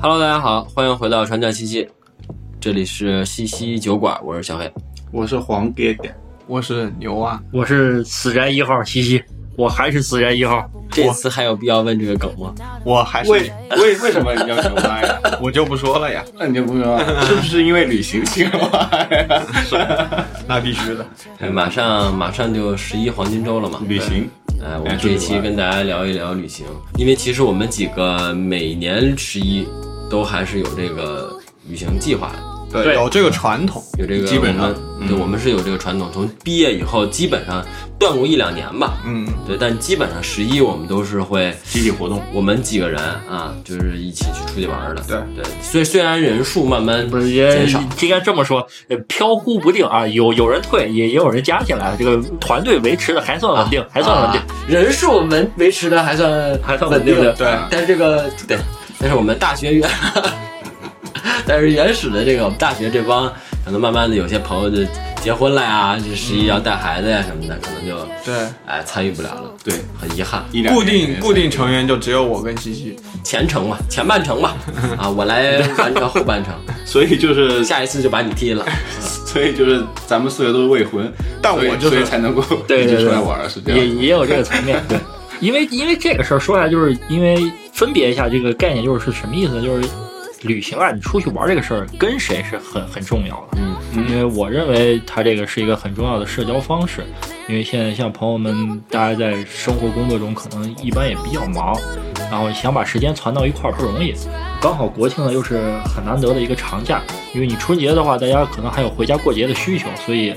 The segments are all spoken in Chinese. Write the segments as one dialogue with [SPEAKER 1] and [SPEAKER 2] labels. [SPEAKER 1] Hello，大家好，欢迎回到船长西西，这里是西西酒馆，我是小黑。
[SPEAKER 2] 我是黄爹爹，我是牛啊，
[SPEAKER 3] 我是死宅一号西西，我还是死宅一号，
[SPEAKER 1] 这次还有必要问这个梗吗？
[SPEAKER 4] 我还
[SPEAKER 2] 为
[SPEAKER 4] 是
[SPEAKER 2] 为为什么你叫牛蛙呀？
[SPEAKER 4] 我就不说了呀，
[SPEAKER 2] 那你就不说 了，是不是因为旅行青蛙呀？
[SPEAKER 4] 那必须的。
[SPEAKER 1] 哎马上马上就十一黄金周了嘛，
[SPEAKER 2] 旅行，
[SPEAKER 1] 哎，我们这一期跟大家聊一聊旅行，因为其实我们几个每年十一都还是有这个旅行计划的，
[SPEAKER 4] 对，有这个传统，
[SPEAKER 1] 有这个
[SPEAKER 2] 基本上嗯
[SPEAKER 1] 我们对我们是有这个传统，从毕业以后基本上断过一两年吧，
[SPEAKER 4] 嗯，
[SPEAKER 1] 对，但基本上十一我们都是会
[SPEAKER 2] 集体活动，
[SPEAKER 1] 我们几个人啊，就是一起去出去玩儿的。
[SPEAKER 2] 对
[SPEAKER 1] 对，虽虽然人数慢慢
[SPEAKER 3] 不是
[SPEAKER 1] 减
[SPEAKER 3] 也
[SPEAKER 1] 少，
[SPEAKER 3] 应该这么说，呃飘忽不定啊，有有人退，也也有人加起来，这个团队维持的还算稳定，还算稳定
[SPEAKER 1] 啊，人数维维持的还算
[SPEAKER 3] 还算
[SPEAKER 1] 稳
[SPEAKER 3] 稳定
[SPEAKER 1] 的，啊
[SPEAKER 4] 对
[SPEAKER 1] 但是这个对，但是我们大学原， 但是原始的这个我们大学这帮，可能慢慢的有些朋友就结婚了呀，这十一要带孩子呀什么的，可能就
[SPEAKER 4] 对，
[SPEAKER 1] 哎参与不了了，
[SPEAKER 2] 对，
[SPEAKER 1] 很遗憾。
[SPEAKER 2] 一两
[SPEAKER 4] 固
[SPEAKER 2] 年
[SPEAKER 4] 定固定成员就只有我跟西西，
[SPEAKER 1] 前程吧，前半程吧，啊，我来完成后 半程，
[SPEAKER 2] 所以就是
[SPEAKER 1] 下一次就把你踢了。
[SPEAKER 2] 所以就是咱们四个都是未婚，
[SPEAKER 4] 但
[SPEAKER 2] 所以
[SPEAKER 4] 我就是
[SPEAKER 2] 所以才能够
[SPEAKER 3] 对
[SPEAKER 2] 一
[SPEAKER 3] 对
[SPEAKER 2] 起
[SPEAKER 3] 对
[SPEAKER 2] 出来玩儿，是这
[SPEAKER 3] 也
[SPEAKER 2] 样。
[SPEAKER 3] 也有这个层面。对，因为因为这个事儿说来，就是因为分别一下这个概念，就是是什么意思呢？就是旅行啊，你出去玩这个事儿跟谁是很很重要的。
[SPEAKER 1] 嗯，
[SPEAKER 3] 因为我认为它这个是一个很重要的社交方式，因为现在像朋友们，大家在生活工作中可能一般也比较忙，然后想把时间攒到一块儿不容易。刚好国庆呢又是很难得的一个长假，因为你春节的话，大家可能还有回家过节的需求，所以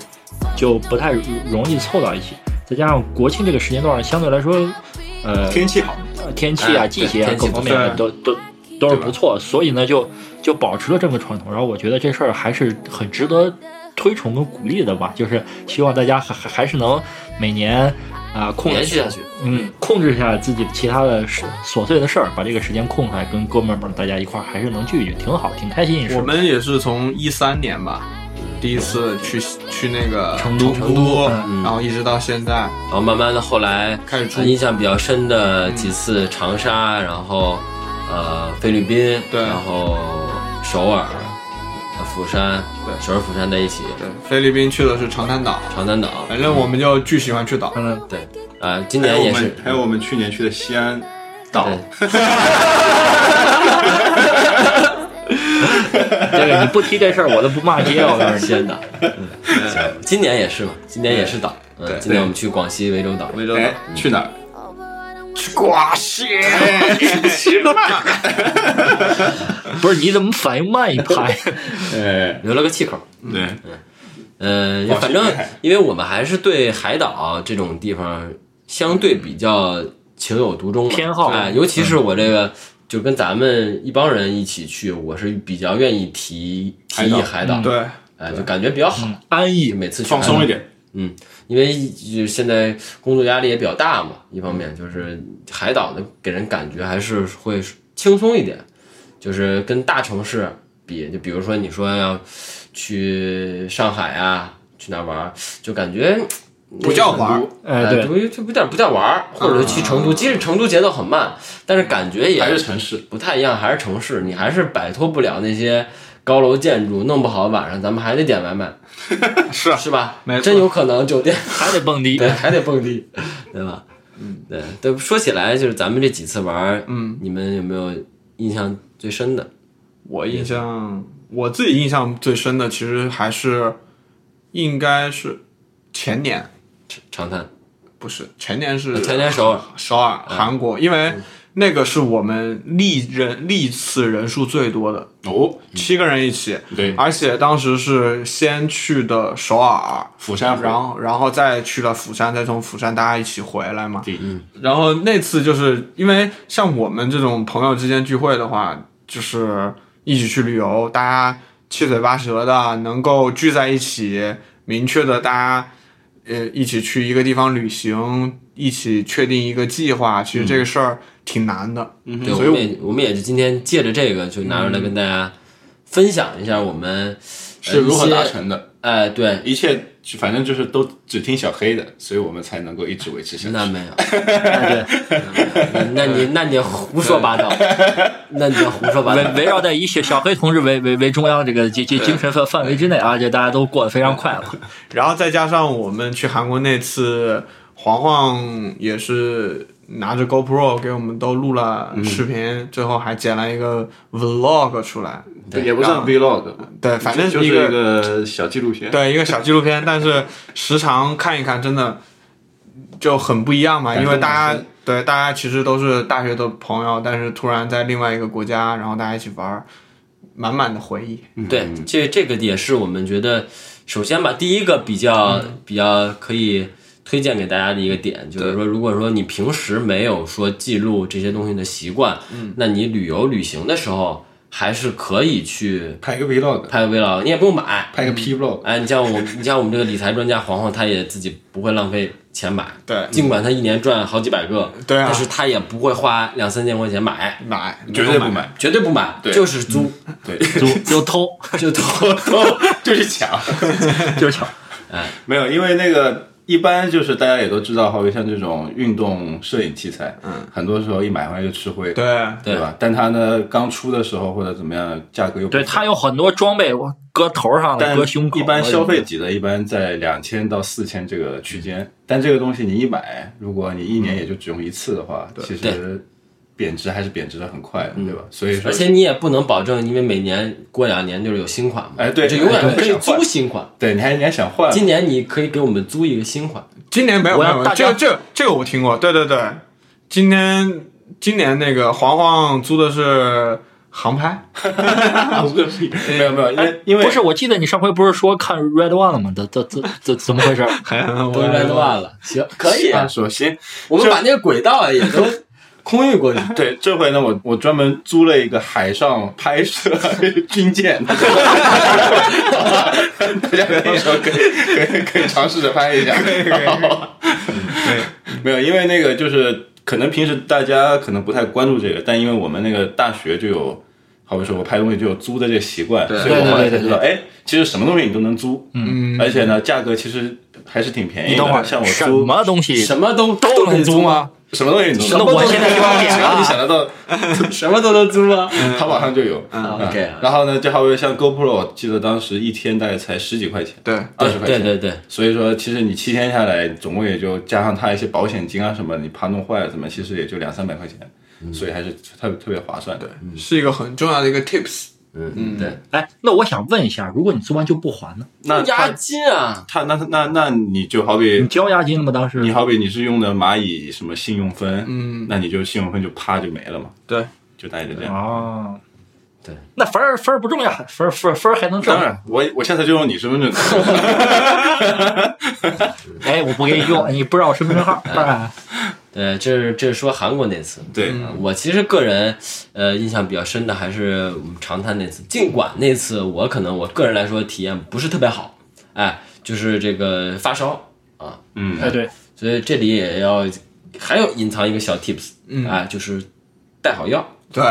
[SPEAKER 3] 就不太容易凑到一起。再加上国庆这个时间段，相对来说，呃，
[SPEAKER 4] 天气好，
[SPEAKER 3] 呃天气啊、
[SPEAKER 1] 哎
[SPEAKER 3] 季节啊
[SPEAKER 1] 对天气
[SPEAKER 3] 各
[SPEAKER 1] 不
[SPEAKER 3] 方面啊
[SPEAKER 4] 错
[SPEAKER 3] 都都都是不错，所以呢，就就保持了这么个传统。然后我觉得这事儿还是很值得推崇跟鼓励的吧，就是希望大家还还还是能每年啊、控制
[SPEAKER 1] 延续下去，
[SPEAKER 3] 嗯，控制一下自己的其他的事琐碎的事儿，把这个时间空出来，跟哥们儿们大家一块儿还是能聚聚，挺好，挺开心一事。
[SPEAKER 4] 我们也是从一三年吧，第一次去去那个
[SPEAKER 3] 成都
[SPEAKER 4] 成都，
[SPEAKER 3] 嗯
[SPEAKER 4] 然后一直到现在
[SPEAKER 1] 然后慢慢的后来
[SPEAKER 4] 开始出
[SPEAKER 1] 呃印象比较深的几次长沙，然后呃菲律宾，
[SPEAKER 4] 对
[SPEAKER 1] 然后首尔、呃釜山，
[SPEAKER 4] 对
[SPEAKER 1] 首尔、釜山在一起，
[SPEAKER 4] 对菲律宾去的是长滩岛，
[SPEAKER 1] 长滩岛，
[SPEAKER 4] 反正我们就巨喜欢去岛，
[SPEAKER 3] 嗯，
[SPEAKER 1] 对，啊、今
[SPEAKER 2] 还有
[SPEAKER 1] 年
[SPEAKER 2] 我
[SPEAKER 1] 也是
[SPEAKER 2] 们，还有我们去年去的西 安岛，
[SPEAKER 1] 对，
[SPEAKER 3] 这个你不提这事儿，我都不骂街。我告诉你，
[SPEAKER 1] 西安岛，嗯，
[SPEAKER 2] 哎
[SPEAKER 1] 行 今年也是嘛，今年也是岛，嗯，
[SPEAKER 4] 对
[SPEAKER 1] 今年我们去广西涠洲岛，
[SPEAKER 4] 涠洲岛
[SPEAKER 2] 哎，去哪儿？
[SPEAKER 4] 去广西，
[SPEAKER 3] 不是你怎么反应慢一拍？
[SPEAKER 2] 哎，
[SPEAKER 1] 留了个气口。
[SPEAKER 2] 对，
[SPEAKER 1] 呃，
[SPEAKER 2] 广西
[SPEAKER 1] 反正
[SPEAKER 2] 沿海
[SPEAKER 1] 因为我们还是对海岛这种地方相对比较情有独钟嘛
[SPEAKER 3] 偏好
[SPEAKER 1] 哎，尤其是我这个。就跟咱们一帮人一起去，我是比较愿意提提
[SPEAKER 2] 海
[SPEAKER 1] 议
[SPEAKER 2] 岛
[SPEAKER 1] 海
[SPEAKER 3] 嗯
[SPEAKER 1] 岛，
[SPEAKER 4] 对，
[SPEAKER 1] 哎，就感觉比较好。
[SPEAKER 3] 安逸
[SPEAKER 1] 每次去
[SPEAKER 2] 放
[SPEAKER 1] 海
[SPEAKER 2] 松
[SPEAKER 1] 岛
[SPEAKER 2] 一，点，
[SPEAKER 1] 嗯，因为就现在工作压力也比较大嘛，一方
[SPEAKER 4] 嗯
[SPEAKER 1] 面就是海岛的给人感觉还是会轻松一点，就是跟大城市比，就比如说你说要去上海啊，去哪儿玩儿，就感觉
[SPEAKER 4] 不叫玩儿，啊
[SPEAKER 3] 哎，
[SPEAKER 1] 对，
[SPEAKER 3] 对，
[SPEAKER 1] 呃就就不叫不叫玩儿，或者是去成都，即使成都节奏很慢，但是感觉也
[SPEAKER 2] 还是城市，
[SPEAKER 1] 不太一样，还是城市，你还是摆脱不了那些高楼建筑，弄不好晚上咱们还得点外卖，
[SPEAKER 4] 是啊
[SPEAKER 1] 是吧？
[SPEAKER 4] 没错
[SPEAKER 1] 真有可能酒店
[SPEAKER 3] 还得蹦 迪
[SPEAKER 1] 对，还得蹦迪，对吧？嗯，对对，说起来就是咱们这几次玩儿，
[SPEAKER 4] 嗯，
[SPEAKER 1] 你们有没有印象最深的？
[SPEAKER 4] 我印象，我自己印象最深的其实还是，应该是前年，
[SPEAKER 1] 长滩，
[SPEAKER 4] 不是前年
[SPEAKER 2] 啊
[SPEAKER 4] 是
[SPEAKER 1] 前年首尔，
[SPEAKER 4] 首尔
[SPEAKER 2] 嗯
[SPEAKER 4] 韩国，因为那个是我们历人历次人数最多的，
[SPEAKER 2] 哦，
[SPEAKER 4] 七个人一起，
[SPEAKER 2] 对，
[SPEAKER 4] 而且当时是先去的首尔，
[SPEAKER 2] 釜山，
[SPEAKER 4] 然后然后再去了釜山，再从釜山大家一起回来嘛。
[SPEAKER 2] 对，
[SPEAKER 4] 然后那次就是因为像我们这种朋友之间聚会的话，就是一起去旅游，大家七嘴八舌的，能够聚在一起，明确的大家呃一起去一个地方旅行，一起确定一个计划，其实这
[SPEAKER 2] 嗯
[SPEAKER 4] 个事儿挺难的。
[SPEAKER 1] 对，我
[SPEAKER 4] 所以
[SPEAKER 1] 们也我们也是今天借着这个，就拿出来跟大家分享一下我们呃
[SPEAKER 2] 是如何
[SPEAKER 1] 一些
[SPEAKER 2] 达成的？
[SPEAKER 1] 哎，对，
[SPEAKER 2] 一切就反正就是都只听小黑的，所以我们才能够一直维持下去。
[SPEAKER 1] 那没有，那对，那那你那你胡说八道，那你就胡说八
[SPEAKER 3] 围
[SPEAKER 1] 道。
[SPEAKER 3] 围绕在以小小黑同志为为为中央这个这这精神范范围之内啊，这大家都过得非常快乐。
[SPEAKER 4] 然后再加上我们去韩国那次，黄黄也是拿着 GoPro 给我们都录了视频，
[SPEAKER 2] 嗯
[SPEAKER 4] 最后还剪了一个 Vlog 出来。
[SPEAKER 2] 也不算 vlog，
[SPEAKER 4] 对，反正
[SPEAKER 2] 就是
[SPEAKER 4] 一
[SPEAKER 2] 一
[SPEAKER 4] 个
[SPEAKER 2] 个小纪录片。
[SPEAKER 4] 对一个小纪录片，但是时常看一看，真的就很不一样嘛。
[SPEAKER 2] 感
[SPEAKER 4] 因
[SPEAKER 2] 动
[SPEAKER 4] 为大
[SPEAKER 2] 人
[SPEAKER 4] 家
[SPEAKER 2] 生
[SPEAKER 4] 对大家其实都是大学的朋友，但是突然在另外一个国家，然后大家一起玩儿，满满的回忆。
[SPEAKER 2] 嗯
[SPEAKER 1] 对，这这个也是我们觉得，首先吧，第一个比较、
[SPEAKER 4] 嗯
[SPEAKER 1] 比较可以推荐给大家的一个点，就是说，如果说你平时没有说记录这些东西的习惯，
[SPEAKER 4] 嗯
[SPEAKER 1] 那你旅游旅行的时候还是可以去
[SPEAKER 2] 拍个 vlog，
[SPEAKER 1] 拍个 vlog，你也不用买。
[SPEAKER 2] 拍个 p vlog，
[SPEAKER 1] 哎，你像我， 你像我们这个理财专家黄黄，他也自己不会浪费钱买。
[SPEAKER 4] 对
[SPEAKER 1] 尽管他一年赚好几百个，
[SPEAKER 4] 对啊
[SPEAKER 1] 但是他也不会花两三千块钱买，
[SPEAKER 4] 买
[SPEAKER 2] 绝对不，买，
[SPEAKER 1] 绝对不买，
[SPEAKER 2] 对
[SPEAKER 1] 就是租，
[SPEAKER 4] 嗯
[SPEAKER 2] 对，
[SPEAKER 3] 就就偷
[SPEAKER 1] 就偷 偷。
[SPEAKER 2] 就是抢。
[SPEAKER 3] 就抢，
[SPEAKER 2] 没有，因为那个一般就是大家也都知道，好比像这种运动摄影器材，嗯，很多时候一买回来就吃灰，
[SPEAKER 4] 对
[SPEAKER 2] 对吧？但它呢，刚出的时候或者怎么样，价格又不
[SPEAKER 3] 对
[SPEAKER 2] 菲
[SPEAKER 3] 他有很多装备，我搁头上的，
[SPEAKER 2] 但
[SPEAKER 3] 搁胸口的。
[SPEAKER 2] 一般消费级的，一般在两千到四千这个区间。但这个东西你一买，如果你一年也就只用一次的话，其
[SPEAKER 1] 对
[SPEAKER 2] 实贬值还是贬值的很快的，对吧？所以说
[SPEAKER 1] 而，且你也不能保证，因为每年过两年就是有新款嘛。
[SPEAKER 2] 哎对
[SPEAKER 1] 就永远
[SPEAKER 2] 对
[SPEAKER 1] 可以
[SPEAKER 2] 想换
[SPEAKER 1] 租新款。
[SPEAKER 2] 对你还你还想换，
[SPEAKER 1] 今年你可以给我们租一个新款，
[SPEAKER 4] 今年没有
[SPEAKER 3] 我
[SPEAKER 4] 没
[SPEAKER 3] 要
[SPEAKER 4] 有，
[SPEAKER 3] 大
[SPEAKER 4] 这
[SPEAKER 3] 家
[SPEAKER 4] 个这个这个我听过，对对对，今年今年那个黄黄租的是航拍，
[SPEAKER 2] 没有没有，因为因为
[SPEAKER 3] 不是，我记得你上回不是说看 Red One 了吗？怎怎怎怎怎么回事？
[SPEAKER 4] 还
[SPEAKER 1] 都
[SPEAKER 4] 我
[SPEAKER 1] red one 了，行，可以。
[SPEAKER 2] 啊，首先
[SPEAKER 1] 我们把那个轨道啊也都空运过去。
[SPEAKER 2] 对，这回呢，我我专门租了一个海上拍摄 军舰， 大家可以说可以可以可以尝试着拍一下， 没有，因为那个就是可能平时大家可能不太关注这个，但因为我们那个大学就有，好比说我拍东西就有租的这个习惯，所以我后来才知道，哎，其实什么东西你都能租，嗯，而且呢，价格其实还是挺便宜的。
[SPEAKER 3] 你等会儿，
[SPEAKER 2] 像我
[SPEAKER 3] 什
[SPEAKER 2] 租
[SPEAKER 3] 么东西
[SPEAKER 1] 什么都
[SPEAKER 3] 都能租？吗？
[SPEAKER 2] 什么东西你都
[SPEAKER 3] 那
[SPEAKER 2] 能租，啊
[SPEAKER 3] 我现在就要点啊
[SPEAKER 2] 只 要你
[SPEAKER 3] 了。
[SPEAKER 2] 想得到，
[SPEAKER 1] 什么都能租啊吗
[SPEAKER 3] 嗯
[SPEAKER 2] 淘宝上就有。
[SPEAKER 1] 啊？OK 啊。
[SPEAKER 2] 然后呢，就好比像 GoPro，我记得当时一天大概才十几块钱，
[SPEAKER 4] 对
[SPEAKER 2] 二十块
[SPEAKER 1] 对
[SPEAKER 2] 钱。
[SPEAKER 1] 对对，
[SPEAKER 2] 所以说，其实你七天下来，总共也就加上它一些保险金啊什么，你怕弄坏了怎么，其实也就两三百块钱，
[SPEAKER 3] 嗯
[SPEAKER 2] 所以还是特别特别划算的。
[SPEAKER 4] 是一个很重要的一个 tips，
[SPEAKER 1] 嗯对，
[SPEAKER 3] 哎，那我想问一下，如果你租完就不还呢？
[SPEAKER 2] 那
[SPEAKER 1] 押
[SPEAKER 2] 他
[SPEAKER 1] 金啊，
[SPEAKER 2] 他那那那你就好
[SPEAKER 3] 你
[SPEAKER 2] 比
[SPEAKER 3] 交押金了吗？当时
[SPEAKER 2] 你好比你是用的蚂蚁什么信用分，
[SPEAKER 4] 嗯，
[SPEAKER 2] 那你就信用分就啪就没了嘛，
[SPEAKER 4] 对，
[SPEAKER 2] 就大概就这样。
[SPEAKER 3] 啊，
[SPEAKER 1] 对，
[SPEAKER 3] 那分儿分儿不重要，分儿分儿分儿还能挣
[SPEAKER 2] 当。然，我我下次就用你身份证卡，
[SPEAKER 3] 哎，我不给你用，你不知道我身份证 号。哎
[SPEAKER 1] 对，这是这是说韩国那次。
[SPEAKER 2] 对，
[SPEAKER 3] 嗯
[SPEAKER 1] 我其实个人，呃，印象比较深的还是我们长滩那次。尽管那次我可能我个人来说体验不是特别好，哎，就是这个发烧啊，
[SPEAKER 2] 嗯，
[SPEAKER 3] 哎，对，
[SPEAKER 1] 所以这里也要还有隐藏一个小 tips，哎，就是带好药。
[SPEAKER 4] 对，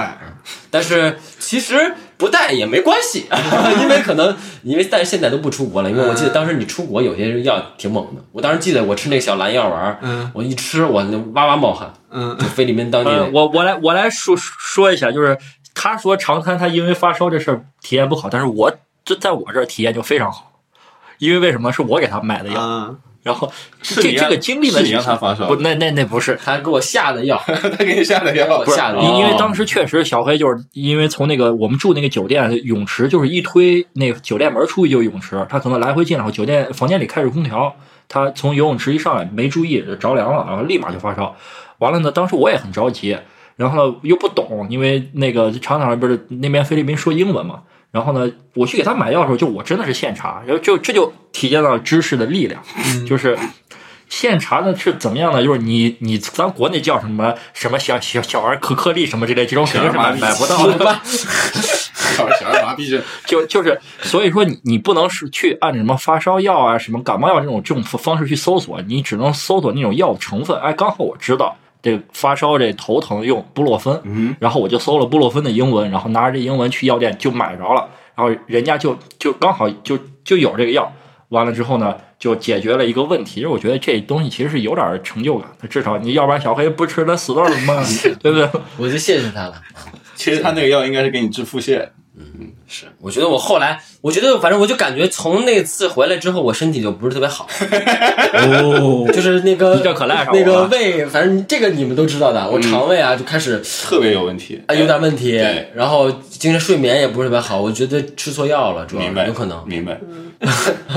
[SPEAKER 1] 但是其实不带也没关系， 因为可能因为但是现在都不出国了，因为我记得当时你出国有些药挺猛的，我当时记得我吃那个小蓝药丸，
[SPEAKER 4] 嗯
[SPEAKER 1] 我一吃我那哇哇冒汗，
[SPEAKER 4] 嗯
[SPEAKER 1] 就菲律宾当地
[SPEAKER 3] 呃
[SPEAKER 1] 那，
[SPEAKER 3] 我我来我来说说一下，就是他说长滩他因为发烧这事儿体验不好，但是我这在我这儿体验就非常好，因为为什么是我给他买的药，
[SPEAKER 4] 嗯，
[SPEAKER 3] 然后
[SPEAKER 2] 是
[SPEAKER 3] 这
[SPEAKER 2] 你
[SPEAKER 3] 这
[SPEAKER 2] 让
[SPEAKER 3] 个经历呢
[SPEAKER 2] 是你让他发烧
[SPEAKER 3] 不，，那那那不是，
[SPEAKER 1] 他给我下的药，
[SPEAKER 2] 他给你下的 药
[SPEAKER 1] 我，下的药
[SPEAKER 3] 因因为当时确实小黑就是因为从那个我们住那个酒店泳池，就是一推那个酒店门出去就是泳池，他可能来回进来，酒店房间里开着空调，他从游泳池一上来没注意就着凉了，然后立马就发烧。完了呢，当时我也很着急，然后呢又不懂，因为那个厂长不是那边菲律宾说英文嘛，然后呢我去给他买药的时候，就我真的是现查，然后就这就体验到知识的力量，就是。现查的是怎么样呢？就是你你咱国内叫什么什么小小小儿可克力什么之类，这种肯定是买买不到的。
[SPEAKER 2] 小小儿麻痹 症，
[SPEAKER 3] 就就是，所以说你你不能是去按什么发烧药啊、什么感冒药这种这种方式去搜索，你只能搜索那种药成分。哎，刚好我知道这发烧这头疼用布洛芬，
[SPEAKER 2] 嗯，
[SPEAKER 3] 然后我就搜了布洛芬的英文，然后拿着这英文去药店就买着了，然后人家就就刚好就就有这个药，完了之后呢，就解决了一个问题。就是我觉得这东西其实是有点成就感的，至少你要不然小黑不吃他死多少顿饭，对不对？
[SPEAKER 1] 我就谢谢他了。
[SPEAKER 2] 其实他那个药应该是给你治腹泻，
[SPEAKER 1] 嗯，是。我觉得我后来，我觉得反正我就感觉从那次回来之后，我身体就不是特别 好。
[SPEAKER 3] 哦，
[SPEAKER 1] 就是那个
[SPEAKER 3] 你这可赖上我啊
[SPEAKER 1] 那个
[SPEAKER 3] 了
[SPEAKER 1] 胃，反正这个你们都知道的，
[SPEAKER 2] 嗯
[SPEAKER 1] 我肠胃啊就开始
[SPEAKER 2] 特别有问题。
[SPEAKER 1] 啊有点问题
[SPEAKER 2] 对，
[SPEAKER 1] 然后精神睡眠也不是特别好，我觉得吃错药了，主要
[SPEAKER 2] 哎明白，
[SPEAKER 1] 有可能。
[SPEAKER 2] 明白。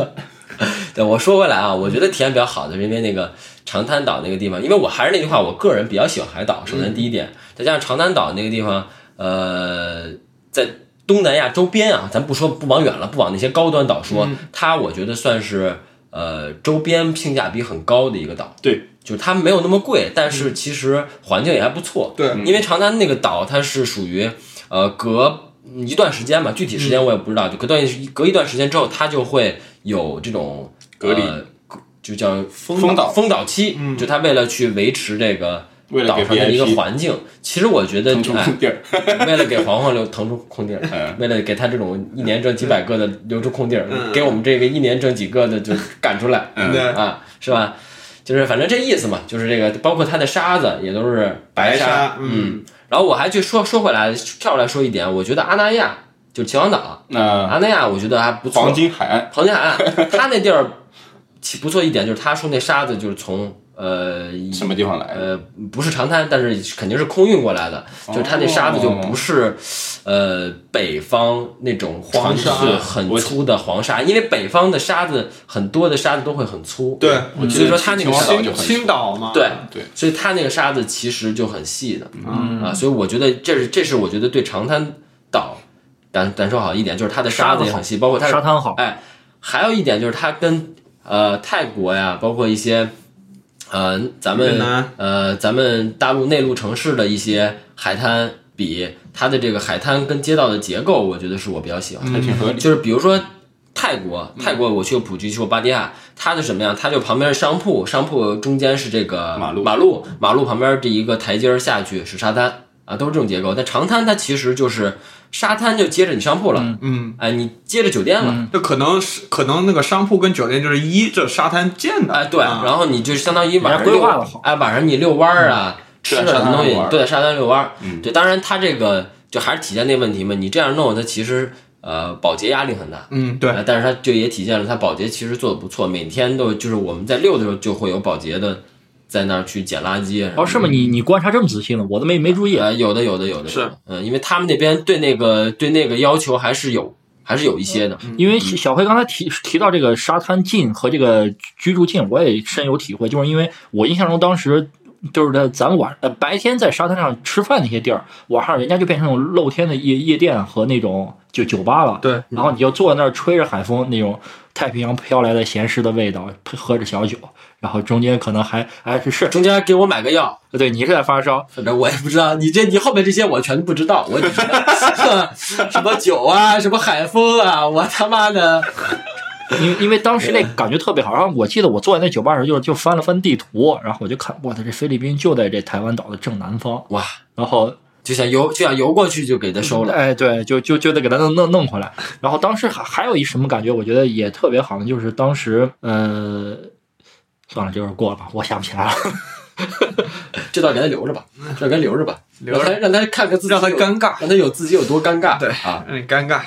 [SPEAKER 1] 对，我说回来啊，我觉得体验比较好的是因为那个长滩岛那个地方，因为我还是那句话，我个人比较喜欢海岛。首先第一点，再加上长滩岛那个地方，呃，在东南亚周边啊，咱不说不往远了，不往那些高端岛说，它我觉得算是呃周边性价比很高的一个岛。
[SPEAKER 2] 对，
[SPEAKER 1] 就是它没有那么贵，但
[SPEAKER 2] 嗯
[SPEAKER 1] 是其实环境也还不错。
[SPEAKER 4] 对
[SPEAKER 1] 因为长滩那个岛它是属于呃隔一段时间吧，具体时
[SPEAKER 2] 嗯
[SPEAKER 1] 间我也不知道，就隔段隔一段时间之后，它就会有这种
[SPEAKER 2] 隔离
[SPEAKER 1] 呃就叫封
[SPEAKER 2] 封岛嗯
[SPEAKER 1] 封岛期，就它为了去维持这个
[SPEAKER 2] 为了
[SPEAKER 1] 岛
[SPEAKER 2] 给
[SPEAKER 1] 上的一个
[SPEAKER 2] VIP
[SPEAKER 1] 环境。其实我觉得
[SPEAKER 2] 腾出
[SPEAKER 1] 哎
[SPEAKER 2] 空地儿，
[SPEAKER 1] 为了给黄黄留腾出空地儿
[SPEAKER 2] 嗯，
[SPEAKER 1] 为了给他这种一年挣几百个的留出空地儿，给我们这个一年挣几个的就赶出来，
[SPEAKER 2] 嗯
[SPEAKER 4] 对
[SPEAKER 1] 啊，是吧？就是反正这意思嘛，就是这个，包括它的沙子也都是白
[SPEAKER 4] 沙，
[SPEAKER 1] 嗯。然后我还去说说回来，跳回来说一点，我觉得阿那亚就是秦皇岛，
[SPEAKER 2] 那
[SPEAKER 1] 阿那亚我觉得还不错，
[SPEAKER 2] 嗯黄金海岸，
[SPEAKER 1] 黄金海岸，它那地儿其不错一点就是他说那沙子就是从呃
[SPEAKER 2] 什么地方来的？
[SPEAKER 1] 呃，不是长滩，但是肯定是空运过来的，
[SPEAKER 4] 哦
[SPEAKER 1] 就是它那沙子就不是，呃，北方那种
[SPEAKER 4] 黄沙
[SPEAKER 1] 传统很
[SPEAKER 2] 我
[SPEAKER 1] 粗的黄沙，因为北方的沙子很多的沙子都会很粗，
[SPEAKER 4] 对
[SPEAKER 2] 我记
[SPEAKER 1] 所以
[SPEAKER 2] 得
[SPEAKER 1] 说它那个
[SPEAKER 2] 秦皇
[SPEAKER 1] 沙
[SPEAKER 2] 岛
[SPEAKER 4] 青
[SPEAKER 2] 就很
[SPEAKER 4] 青岛嘛，
[SPEAKER 1] 对
[SPEAKER 2] 对
[SPEAKER 1] 所以它那个沙子其实就很细的，
[SPEAKER 4] 嗯
[SPEAKER 1] 啊，所以我觉得这是这是我觉得对长滩岛感感受好一点，就是它的沙子也很细，包括它
[SPEAKER 3] 沙滩好，
[SPEAKER 1] 哎，还有一点就是它跟呃泰国呀，包括一些呃咱
[SPEAKER 4] 越
[SPEAKER 1] 们
[SPEAKER 4] 南
[SPEAKER 1] 呃咱们大陆内陆城市的一些海滩比，它的这个海滩跟街道的结构，我觉得是我比较喜欢的。
[SPEAKER 2] 还挺合理。
[SPEAKER 1] 就是比如说泰国，泰国我去过普吉，去过芭堤雅，它是什么呀？它就旁边是商铺，商铺中间是这个
[SPEAKER 2] 马路
[SPEAKER 1] 马路马路旁边这一个台阶儿下去是沙滩啊，都是这种结构。但长滩它其实就是沙滩就接着你商铺了，
[SPEAKER 4] 嗯，
[SPEAKER 1] 哎，你接着酒店
[SPEAKER 2] 嗯
[SPEAKER 1] 了。
[SPEAKER 4] 这可能是可能那个商铺跟酒店就是一这沙滩建的，
[SPEAKER 1] 哎，对，
[SPEAKER 4] 啊
[SPEAKER 1] 然后你就相当于晚上
[SPEAKER 3] 人家规划
[SPEAKER 1] 遛
[SPEAKER 3] 得好
[SPEAKER 1] 哎，晚上你遛弯儿啊，吃
[SPEAKER 2] 对
[SPEAKER 1] 了什么东
[SPEAKER 2] 沙滩
[SPEAKER 1] 西
[SPEAKER 2] 遛弯，儿
[SPEAKER 1] 对，沙滩遛弯儿，
[SPEAKER 2] 嗯
[SPEAKER 1] 对，当然它这个就还是体现那问题嘛，你这样弄，它其实呃保洁压力很大，
[SPEAKER 4] 嗯，对，
[SPEAKER 1] 哎但是它就也体现了它保洁其实做的不错，每天都就是我们在遛的时候就会有保洁的在那儿去捡垃圾啊什么的，
[SPEAKER 3] 哦，是吗？你你观察这么仔细呢？我都没没注意。啊
[SPEAKER 1] 呃，有的，有的，有的，
[SPEAKER 4] 是
[SPEAKER 1] 有的，嗯，因为他们那边对那个对那个要求还是有还是有一些的，
[SPEAKER 3] 因为小黑刚才提提到这个沙滩近和这个居住近，我也深有体会，就是因为我印象中当时。就是在咱晚呃白天在沙滩上吃饭那些地儿，晚上人家就变成那种露天的夜夜店和那种就酒吧了。
[SPEAKER 4] 对，
[SPEAKER 3] 然后你就坐在那儿吹着海风，那种太平洋飘来的咸湿的味道，喝着小酒，然后中间可能还哎是是，
[SPEAKER 1] 中间给我买个药，
[SPEAKER 3] 对你是在发烧，
[SPEAKER 1] 反正我也不知道，你这你后面这些我全不知道，我只知道 什么酒啊，什么海风啊，我他妈的，
[SPEAKER 3] 因为因为当时那感觉特别好，然后我记得我坐在那酒吧的时候就就翻了翻地图，然后我就看，我操，这菲律宾就在这台湾岛的正南方，
[SPEAKER 1] 哇，
[SPEAKER 3] 然后
[SPEAKER 1] 就想游就想游过去就给他收了，
[SPEAKER 3] 哎，对，就就就得给它弄弄弄回来。然后当时还还有一什么感觉，我觉得也特别好呢，就是当时呃，算了，这会儿过了吧，我想不起来了。
[SPEAKER 1] 这段给他留着吧，这段给他留着吧，
[SPEAKER 4] 嗯留着
[SPEAKER 1] 让他让他看看自己有，
[SPEAKER 4] 让他尴尬
[SPEAKER 1] 让他有自己有多尴尬，
[SPEAKER 4] 对
[SPEAKER 1] 啊，
[SPEAKER 4] 嗯，尴尬。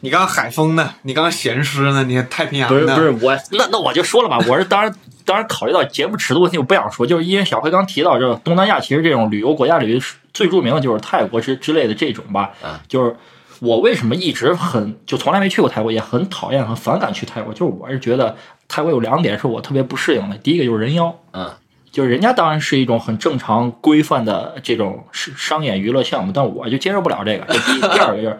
[SPEAKER 4] 你刚刚海风呢？你刚刚咸湿呢？你太平洋
[SPEAKER 3] 不是
[SPEAKER 4] 呢？
[SPEAKER 3] 不是，我那那我就说了吧，我是当然当然考虑到节目尺度问题，我不想说，就是因为小黑刚提到，就是东南亚其实这种旅游国家里最著名的就是泰国之之类的这种吧，
[SPEAKER 1] 啊
[SPEAKER 3] 就是我为什么一直很就从来没去过泰国，也很讨厌很反感去泰国，就是我是觉得泰国有两点是我特别不适应的，第一个就是人妖，
[SPEAKER 1] 嗯，
[SPEAKER 3] 就是人家当然是一种很正常规范的这种商商业娱乐项目，但我就接受不了这个。这第一第二个就是，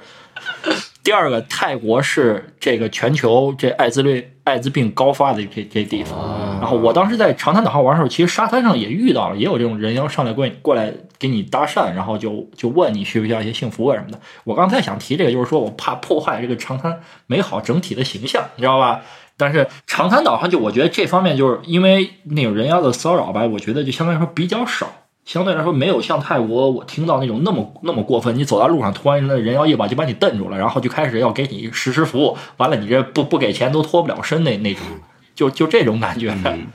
[SPEAKER 3] 第二个泰国是这个全球这艾滋率艾滋病高发的这这地方。然后我当时在长滩岛上玩的时候，其实沙滩上也遇到了，也有这种人妖上来过过来给你搭讪，然后就就问你需不需要一些性服务啊什么的。我刚才想提这个，就是说我怕破坏这个长滩美好整体的形象，你知道吧？但是长滩岛上就我觉得这方面就是因为那种人妖的骚扰吧，我觉得就相对来说比较少。相对来说没有像泰国我听到那种那么那么过分。你走在路上，突然人摇一把就把你瞪住了，然后就开始要给你实施服务，完了你这不不给钱都脱不了身那那种， 就就这种感觉。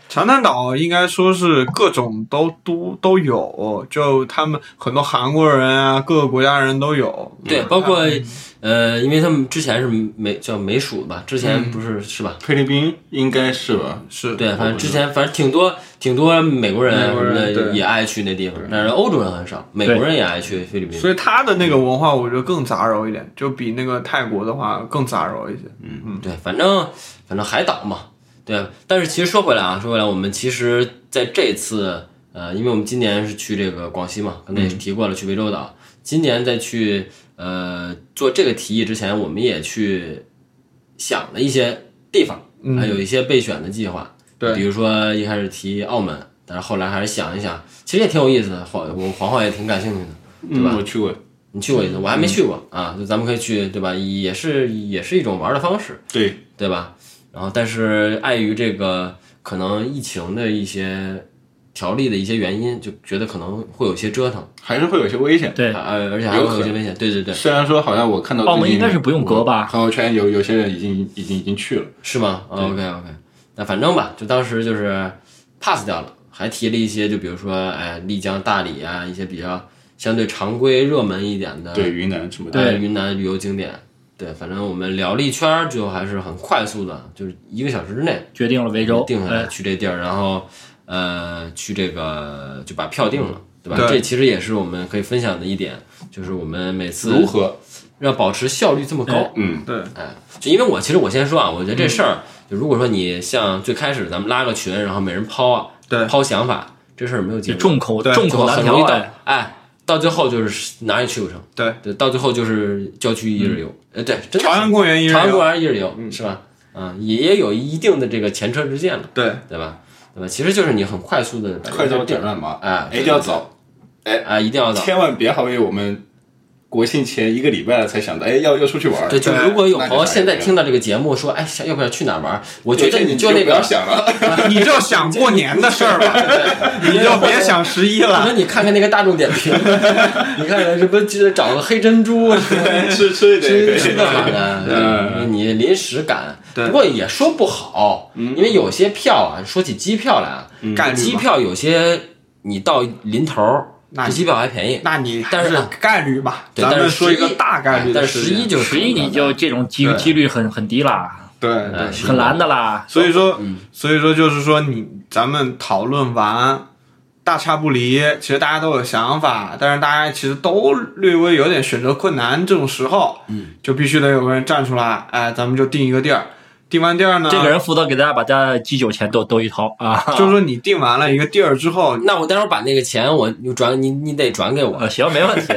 [SPEAKER 4] 长滩岛应该说是各种都都都有，就他们很多韩国人啊，各个国家人都有。
[SPEAKER 1] 对，包括
[SPEAKER 4] 嗯
[SPEAKER 1] 呃，因为他们之前是美叫美属吧，之前不是、是吧？
[SPEAKER 2] 菲律宾应该是吧？
[SPEAKER 4] 嗯是
[SPEAKER 1] 对，反正之前反正挺多挺多美国人啊
[SPEAKER 4] 美
[SPEAKER 1] 什
[SPEAKER 4] 国
[SPEAKER 1] 么
[SPEAKER 4] 人
[SPEAKER 1] 的
[SPEAKER 4] 对
[SPEAKER 1] 也爱去那地方，但是欧洲人很少，美国人也爱去菲律宾。
[SPEAKER 4] 所以他的那个文化，我觉得更杂糅一点，就比那个泰国的话更杂糅一些。
[SPEAKER 1] 对，反正反正海岛嘛，对。但是其实说回来啊，说回来，我们其实在这次呃，因为我们今年是去这个广西嘛，刚才也是提过了，去涠洲岛。今年在去呃做这个提议之前，我们也去想了一些地方，还有一些备选的计划。
[SPEAKER 4] 对
[SPEAKER 1] 比如说一开始提澳门，但是后来还是想一想，其实也挺有意思的。黄我黄黄也挺感兴趣的。
[SPEAKER 2] 嗯，我去过，
[SPEAKER 1] 你去过一次，我还没去过、啊，就咱们可以去，对吧？也是也是一种玩的方式。
[SPEAKER 2] 对，
[SPEAKER 1] 对吧？然后，但是碍于这个可能疫情的一些条例的一些原因，就觉得可能会有些折腾，
[SPEAKER 2] 还是会有些危 险。
[SPEAKER 3] 对，
[SPEAKER 1] 呃，而且还会有一些危险。对对对，
[SPEAKER 2] 虽然说好像我看到
[SPEAKER 3] 澳门
[SPEAKER 2] 最近
[SPEAKER 3] 应该是不用隔吧
[SPEAKER 2] 朋友圈有有些人已经已经已经去了，
[SPEAKER 1] 是吗、o k OK，那反正吧，就当时就是 pass 掉了，还提了一些，就比如说，哎，丽江、大理啊，一些比较相对常规、热门一点的，
[SPEAKER 2] 对云南什么的，
[SPEAKER 1] 对云南旅游景点。对，反正我们聊了一圈儿，就还是很快速的，就是一个小时之内，
[SPEAKER 3] 决定了涠洲，
[SPEAKER 1] 定啊下来
[SPEAKER 3] 哎，
[SPEAKER 1] 去这地儿，然后呃去这个就把票定了，对吧？
[SPEAKER 4] 对
[SPEAKER 1] 这其实也是我们可以分享的一点，就是我们每次
[SPEAKER 2] 如何？
[SPEAKER 1] 要保持效率这么高。
[SPEAKER 2] 嗯，
[SPEAKER 4] 对，
[SPEAKER 1] 哎，就因为我其实我先说啊，我觉
[SPEAKER 3] 嗯
[SPEAKER 1] 得这事儿、就如果说你像最开始咱们拉个群，然后每人抛啊，
[SPEAKER 4] 对
[SPEAKER 1] 抛想法，这事儿没有结
[SPEAKER 3] 就
[SPEAKER 1] 果，
[SPEAKER 3] 众口
[SPEAKER 4] 对
[SPEAKER 3] 众
[SPEAKER 1] 就
[SPEAKER 3] 口难
[SPEAKER 1] 很容易
[SPEAKER 3] 调，
[SPEAKER 1] 到
[SPEAKER 3] 哎，
[SPEAKER 1] 哎，到最后就是哪也去不成，
[SPEAKER 4] 对，
[SPEAKER 1] 对，到最后就是郊区一日游，呃、对，真的
[SPEAKER 4] 朝阳公园一日
[SPEAKER 1] 长安公
[SPEAKER 4] 游，
[SPEAKER 1] 园一日游、是吧？嗯，也也有一定的这个前车之鉴了。
[SPEAKER 4] 对，
[SPEAKER 1] 对吧？对吧？其实就是你很快速的
[SPEAKER 2] 嗯快刀斩乱麻，
[SPEAKER 1] 哎
[SPEAKER 2] 一定要早，
[SPEAKER 1] 啊，一定要早。
[SPEAKER 2] 千万别好为我们国庆前一个礼拜才想到，哎，要要出去玩儿。
[SPEAKER 1] 对，就
[SPEAKER 4] 对
[SPEAKER 1] 如果有朋友
[SPEAKER 2] 那就
[SPEAKER 1] 现在
[SPEAKER 2] 来一个
[SPEAKER 1] 听到这个节目说，哎，想要不要去哪儿玩儿？我觉得
[SPEAKER 2] 有些你
[SPEAKER 1] 就那
[SPEAKER 2] 不要
[SPEAKER 1] 个，
[SPEAKER 2] 想了，
[SPEAKER 4] 你就想过年的事儿吧， 你就别想十一
[SPEAKER 1] 我觉
[SPEAKER 4] 了。
[SPEAKER 1] 得你看看那个大众点评，你看看这不记得找个黑珍珠，啊
[SPEAKER 2] 吃吃一点
[SPEAKER 1] 真
[SPEAKER 2] 也可
[SPEAKER 1] 是
[SPEAKER 2] 以
[SPEAKER 1] 干嘛呢？
[SPEAKER 2] 嗯
[SPEAKER 1] 对你临时赶，
[SPEAKER 4] 对
[SPEAKER 1] 不过也说不好，因为有些票啊，说起机票来啊，
[SPEAKER 4] 概率吧
[SPEAKER 1] 机票有些你到临头儿，
[SPEAKER 4] 那
[SPEAKER 1] 这机票还便宜。
[SPEAKER 4] 那你还
[SPEAKER 1] 但是呢啊
[SPEAKER 4] 概率吧，
[SPEAKER 1] 对，
[SPEAKER 4] 咱
[SPEAKER 1] 但
[SPEAKER 4] 们
[SPEAKER 1] 是
[SPEAKER 4] 说一个
[SPEAKER 1] 11
[SPEAKER 4] 大概率
[SPEAKER 1] 哎但
[SPEAKER 4] 的
[SPEAKER 1] 是
[SPEAKER 4] 事
[SPEAKER 1] 十
[SPEAKER 4] 情。
[SPEAKER 1] 一就
[SPEAKER 3] 十一你就这种机
[SPEAKER 4] 对
[SPEAKER 3] 几率很很低啦，
[SPEAKER 4] 对对
[SPEAKER 1] 哎，是
[SPEAKER 3] 很难的啦。
[SPEAKER 4] 所以说，
[SPEAKER 1] 嗯
[SPEAKER 4] 所以说就是说你，咱们讨论完，大差不离。其实大家都有想法，但是大家其实都略微有点选择困难。这种时候，嗯，就必须得有个人站出来，哎，咱们就定一个地儿。定完地儿呢，
[SPEAKER 3] 这个人负责给大家把大家基酒钱都都一掏啊，
[SPEAKER 4] 就是说你定完了一个地儿之后，
[SPEAKER 1] 那我待会儿把那个钱我你转你你得转给我，
[SPEAKER 3] 呃，行，没问题。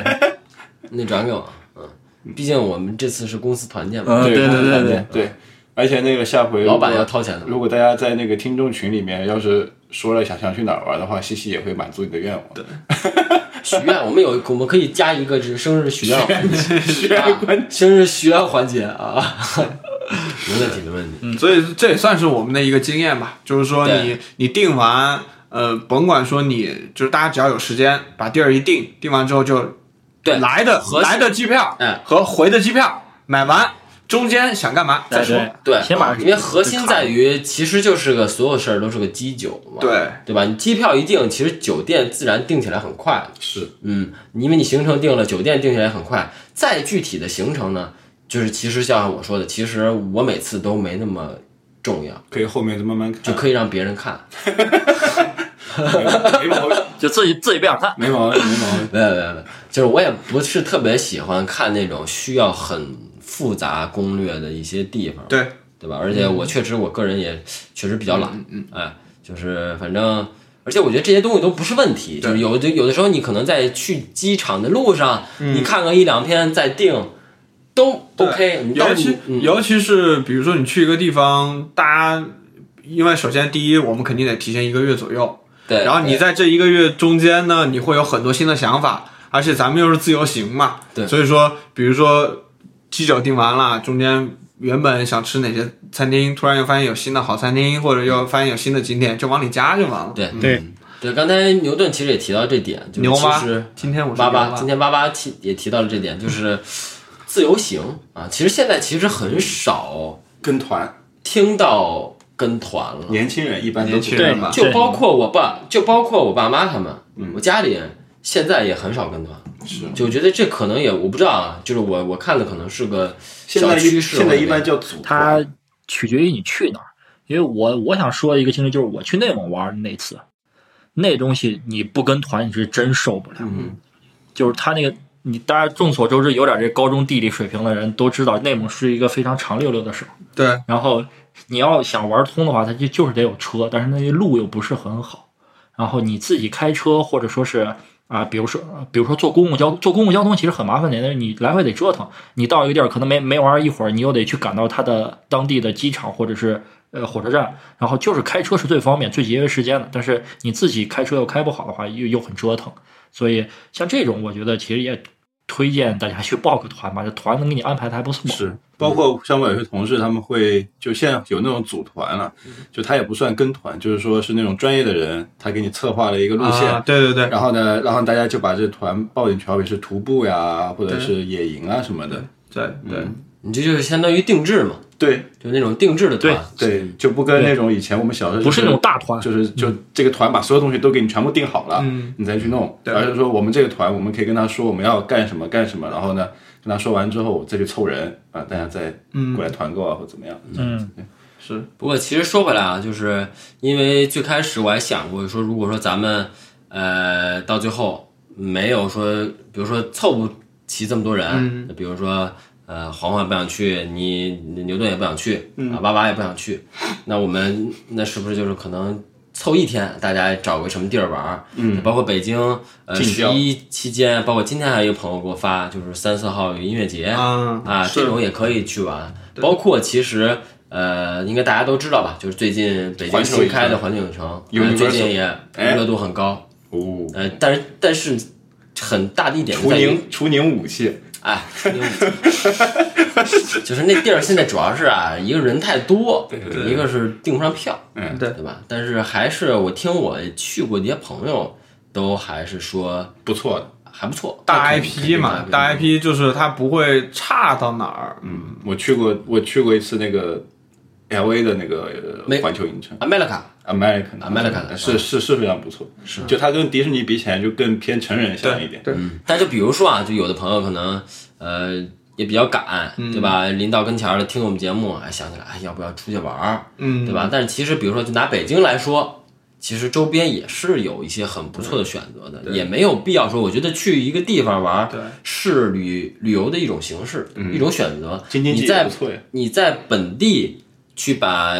[SPEAKER 1] 你得转给我，嗯，毕竟我们这次是公司团建嘛，
[SPEAKER 3] 嗯，对对对对
[SPEAKER 2] 对，对。而且那个下回
[SPEAKER 1] 老板要掏钱的
[SPEAKER 2] 如果大家在那个听众群里面要是说了想想去哪儿玩的话，西西也会满足你的愿望。对，
[SPEAKER 1] 许愿我们有我们可以加一个就是生日许愿环节，
[SPEAKER 2] 许愿
[SPEAKER 1] 啊生日许愿环节啊，没问题没问题，
[SPEAKER 4] 所以这也算是我们的一个经验吧，就是说你
[SPEAKER 1] 对
[SPEAKER 4] 你定完，呃，甭管说你就是大家只要有时间，把地儿一定，定完之后就
[SPEAKER 1] 对
[SPEAKER 4] 来的
[SPEAKER 1] 合适
[SPEAKER 4] 来的机票，
[SPEAKER 1] 哎
[SPEAKER 4] 和回的机票买完，中间想干嘛再
[SPEAKER 3] 对
[SPEAKER 4] 说。
[SPEAKER 1] 对，
[SPEAKER 3] 对
[SPEAKER 1] 啊
[SPEAKER 3] 先把
[SPEAKER 1] 因为核心在于其实就是个所有事儿都是个基酒嘛，
[SPEAKER 4] 对
[SPEAKER 1] 对吧？你机票一定，其实酒店自然定起来很快，
[SPEAKER 2] 是
[SPEAKER 1] 嗯，因为你行程定了，酒店定下来很快，再具体的行程呢，就是其实像我说的，其实我每次都没那么重要，
[SPEAKER 2] 可以后面再慢慢看，
[SPEAKER 1] 就可以让别人看。
[SPEAKER 2] 没毛病，
[SPEAKER 3] 就自己自己不想看，
[SPEAKER 2] 没毛病，没毛病。
[SPEAKER 1] 没有没有没有，就是我也不是特别喜欢看那种需要很复杂攻略的一些地方，
[SPEAKER 4] 对嗯
[SPEAKER 1] 对吧？而且我确实我个人也确实比较懒，哎，就是反正。而且我觉得这些东西都不是问题，就是有的有的时候你可能在去机场的路上，
[SPEAKER 4] 嗯
[SPEAKER 1] 你看个一两篇再定，都 OK 你到
[SPEAKER 4] 尤
[SPEAKER 1] 你。
[SPEAKER 4] 其、
[SPEAKER 1] 嗯
[SPEAKER 4] 尤其是比如说你去一个地方，大家因为首先第一，我们肯定得提前一个月左右，
[SPEAKER 1] 对，
[SPEAKER 4] 然后你
[SPEAKER 1] 对
[SPEAKER 4] 在这一个月中间呢，你会有很多新的想法，而且咱们又是自由行嘛，
[SPEAKER 1] 对
[SPEAKER 4] 所以说，比如说鸡脚订完了，中间原本想吃哪些餐厅，突然又发现有新的好餐厅，或者又发现有新的景点，就往里加就完了。
[SPEAKER 1] 对
[SPEAKER 3] 对
[SPEAKER 1] 嗯对，刚才牛顿其实也提到这点，就是
[SPEAKER 4] 牛
[SPEAKER 1] 其
[SPEAKER 4] 妈
[SPEAKER 1] 实
[SPEAKER 4] 今天我是
[SPEAKER 1] 八
[SPEAKER 4] 牛
[SPEAKER 1] 八，
[SPEAKER 4] 妈
[SPEAKER 1] 今天八八提也提到了这点，就是自由行啊，其实现在其实很少
[SPEAKER 2] 跟团，
[SPEAKER 1] 听到跟团了，
[SPEAKER 2] 年轻人一般都
[SPEAKER 4] 年
[SPEAKER 2] 不
[SPEAKER 4] 轻
[SPEAKER 2] 跟
[SPEAKER 4] 人
[SPEAKER 2] 团
[SPEAKER 4] 嘛
[SPEAKER 1] 就包括我爸，就包括我爸妈他们，
[SPEAKER 2] 嗯
[SPEAKER 1] 我家里人现在也很少跟团，
[SPEAKER 2] 是
[SPEAKER 1] 就我觉得这可能也我不知道啊，就是我我看的可能是个
[SPEAKER 2] 现
[SPEAKER 1] 小
[SPEAKER 2] 在
[SPEAKER 1] 趋
[SPEAKER 2] 一
[SPEAKER 1] 势，
[SPEAKER 2] 现在
[SPEAKER 1] 我
[SPEAKER 2] 一
[SPEAKER 1] 认为
[SPEAKER 2] 般叫组团
[SPEAKER 3] 它取决于你去哪儿。因为我我想说的一个经历就是我去内蒙玩儿那次，那东西你不跟团你是真受不了。
[SPEAKER 1] 嗯
[SPEAKER 3] 就是他那个，你大家众所周知，有点这高中地理水平的人都知道，内蒙是一个非常长溜溜的省。
[SPEAKER 4] 对，
[SPEAKER 3] 然后你要想玩通的话，它就就是得有车，但是那些路又不是很好。然后你自己开车，或者说是啊、比如说比如说坐公共交坐公共交通其实很麻烦的，但是你来回得折腾。你到一个地儿可能没没玩一会儿，你又得去赶到它的当地的机场或者是呃火车站。然后就是开车是最方便、最节约时间的，但是你自己开车又开不好的话，又又很折腾。所以像这种，我觉得其实也推荐大家去报个团吧，这团能给你安排的还不错。
[SPEAKER 2] 是，嗯包括像我有些同事，他们会就现在有那种组团了，就他也不算跟团，就是说是那种专业的人，他给你策划了一个路线，
[SPEAKER 4] 啊，对对对，
[SPEAKER 1] 嗯
[SPEAKER 2] 然后呢，然后大家就把这团报进去，好比是徒步呀，或者是野营啊什么的。
[SPEAKER 4] 对对，
[SPEAKER 1] 你这就是相当于定制嘛，
[SPEAKER 2] 对
[SPEAKER 1] 就那种定制的团，
[SPEAKER 2] 对，就不跟那种以前我们小时候就
[SPEAKER 3] 不是那种大团
[SPEAKER 2] 就是就这个团把所有东西都给你全部定好了，
[SPEAKER 4] 嗯
[SPEAKER 2] 你再去弄，
[SPEAKER 4] 对
[SPEAKER 2] 而是说我们这个团我们可以跟他说我们要干什么干什么，然后呢跟他说完之后我再去凑人啊，大家再
[SPEAKER 4] 嗯
[SPEAKER 2] 过来团购啊、或怎么样。
[SPEAKER 3] 嗯，
[SPEAKER 4] 是
[SPEAKER 1] 不过其实说回来啊，就是因为最开始我还想过说，如果说咱们呃到最后没有说，比如说凑不齐这么多人，
[SPEAKER 2] 嗯
[SPEAKER 1] 比如说呃黄黄也不想去，你牛顿也不想去，
[SPEAKER 2] 嗯
[SPEAKER 1] 啊娃娃也不想去，那我们那是不是就是可能？凑一天，大家找个什么地儿玩儿，嗯，包括北京，呃，
[SPEAKER 2] 近
[SPEAKER 1] 十
[SPEAKER 2] 郊
[SPEAKER 1] 一期间，包括今天还有一个朋友给我发，就是三四号有音乐节，
[SPEAKER 4] 啊
[SPEAKER 1] 啊，
[SPEAKER 4] 是
[SPEAKER 1] 这种也可以去玩。包括其实呃，应该大家都知道吧，就是最近北京
[SPEAKER 2] 环球
[SPEAKER 1] 新
[SPEAKER 2] 影
[SPEAKER 1] 开的
[SPEAKER 2] 城
[SPEAKER 1] 环球影城，
[SPEAKER 2] Universal
[SPEAKER 1] 呃最近也
[SPEAKER 2] 哎
[SPEAKER 1] 热度很高。
[SPEAKER 2] 哦，
[SPEAKER 1] 呃，但是但是很大的一点就
[SPEAKER 2] 除
[SPEAKER 1] 在于，
[SPEAKER 2] 宁除宁武器，
[SPEAKER 1] 哎，除宁就是那地儿现在主要是啊，一个人太多，
[SPEAKER 2] 对
[SPEAKER 1] 一个是订不上票，
[SPEAKER 2] 嗯
[SPEAKER 4] 对
[SPEAKER 1] 对吧？但是还是我听我去过的一些朋友都还是说
[SPEAKER 2] 不错的。
[SPEAKER 1] 还不错，
[SPEAKER 4] 大
[SPEAKER 1] 那肯肯定
[SPEAKER 4] IP 嘛
[SPEAKER 1] 肯，定
[SPEAKER 4] 大 IP 就是它不会差到哪儿，
[SPEAKER 2] 嗯，我去过，我去过一次那个 L A 的那个
[SPEAKER 1] 没
[SPEAKER 2] 呃环球影城
[SPEAKER 1] 啊，麦乐卡
[SPEAKER 2] American
[SPEAKER 1] American，
[SPEAKER 2] 是是是非常不错，是就它跟迪士尼比起来就更偏成人向一点，
[SPEAKER 4] 对
[SPEAKER 1] 但就比如说啊，就有的朋友可能呃也比较赶，
[SPEAKER 4] 嗯
[SPEAKER 1] 对吧？临到跟前儿了，听我们节目，哎，想起来，哎，要不要出去玩儿，
[SPEAKER 4] 嗯，
[SPEAKER 1] 对吧？但是其实，比如说，就拿北京来说，其实周边也是有一些很不错的选择的，也没有必要说，我觉得去一个地方玩儿
[SPEAKER 4] 对嗯
[SPEAKER 1] 是旅旅游的一种形式，一种选择。
[SPEAKER 2] 京津冀
[SPEAKER 1] 你
[SPEAKER 2] 也
[SPEAKER 1] 在
[SPEAKER 2] 不错呀
[SPEAKER 1] 你在本地去把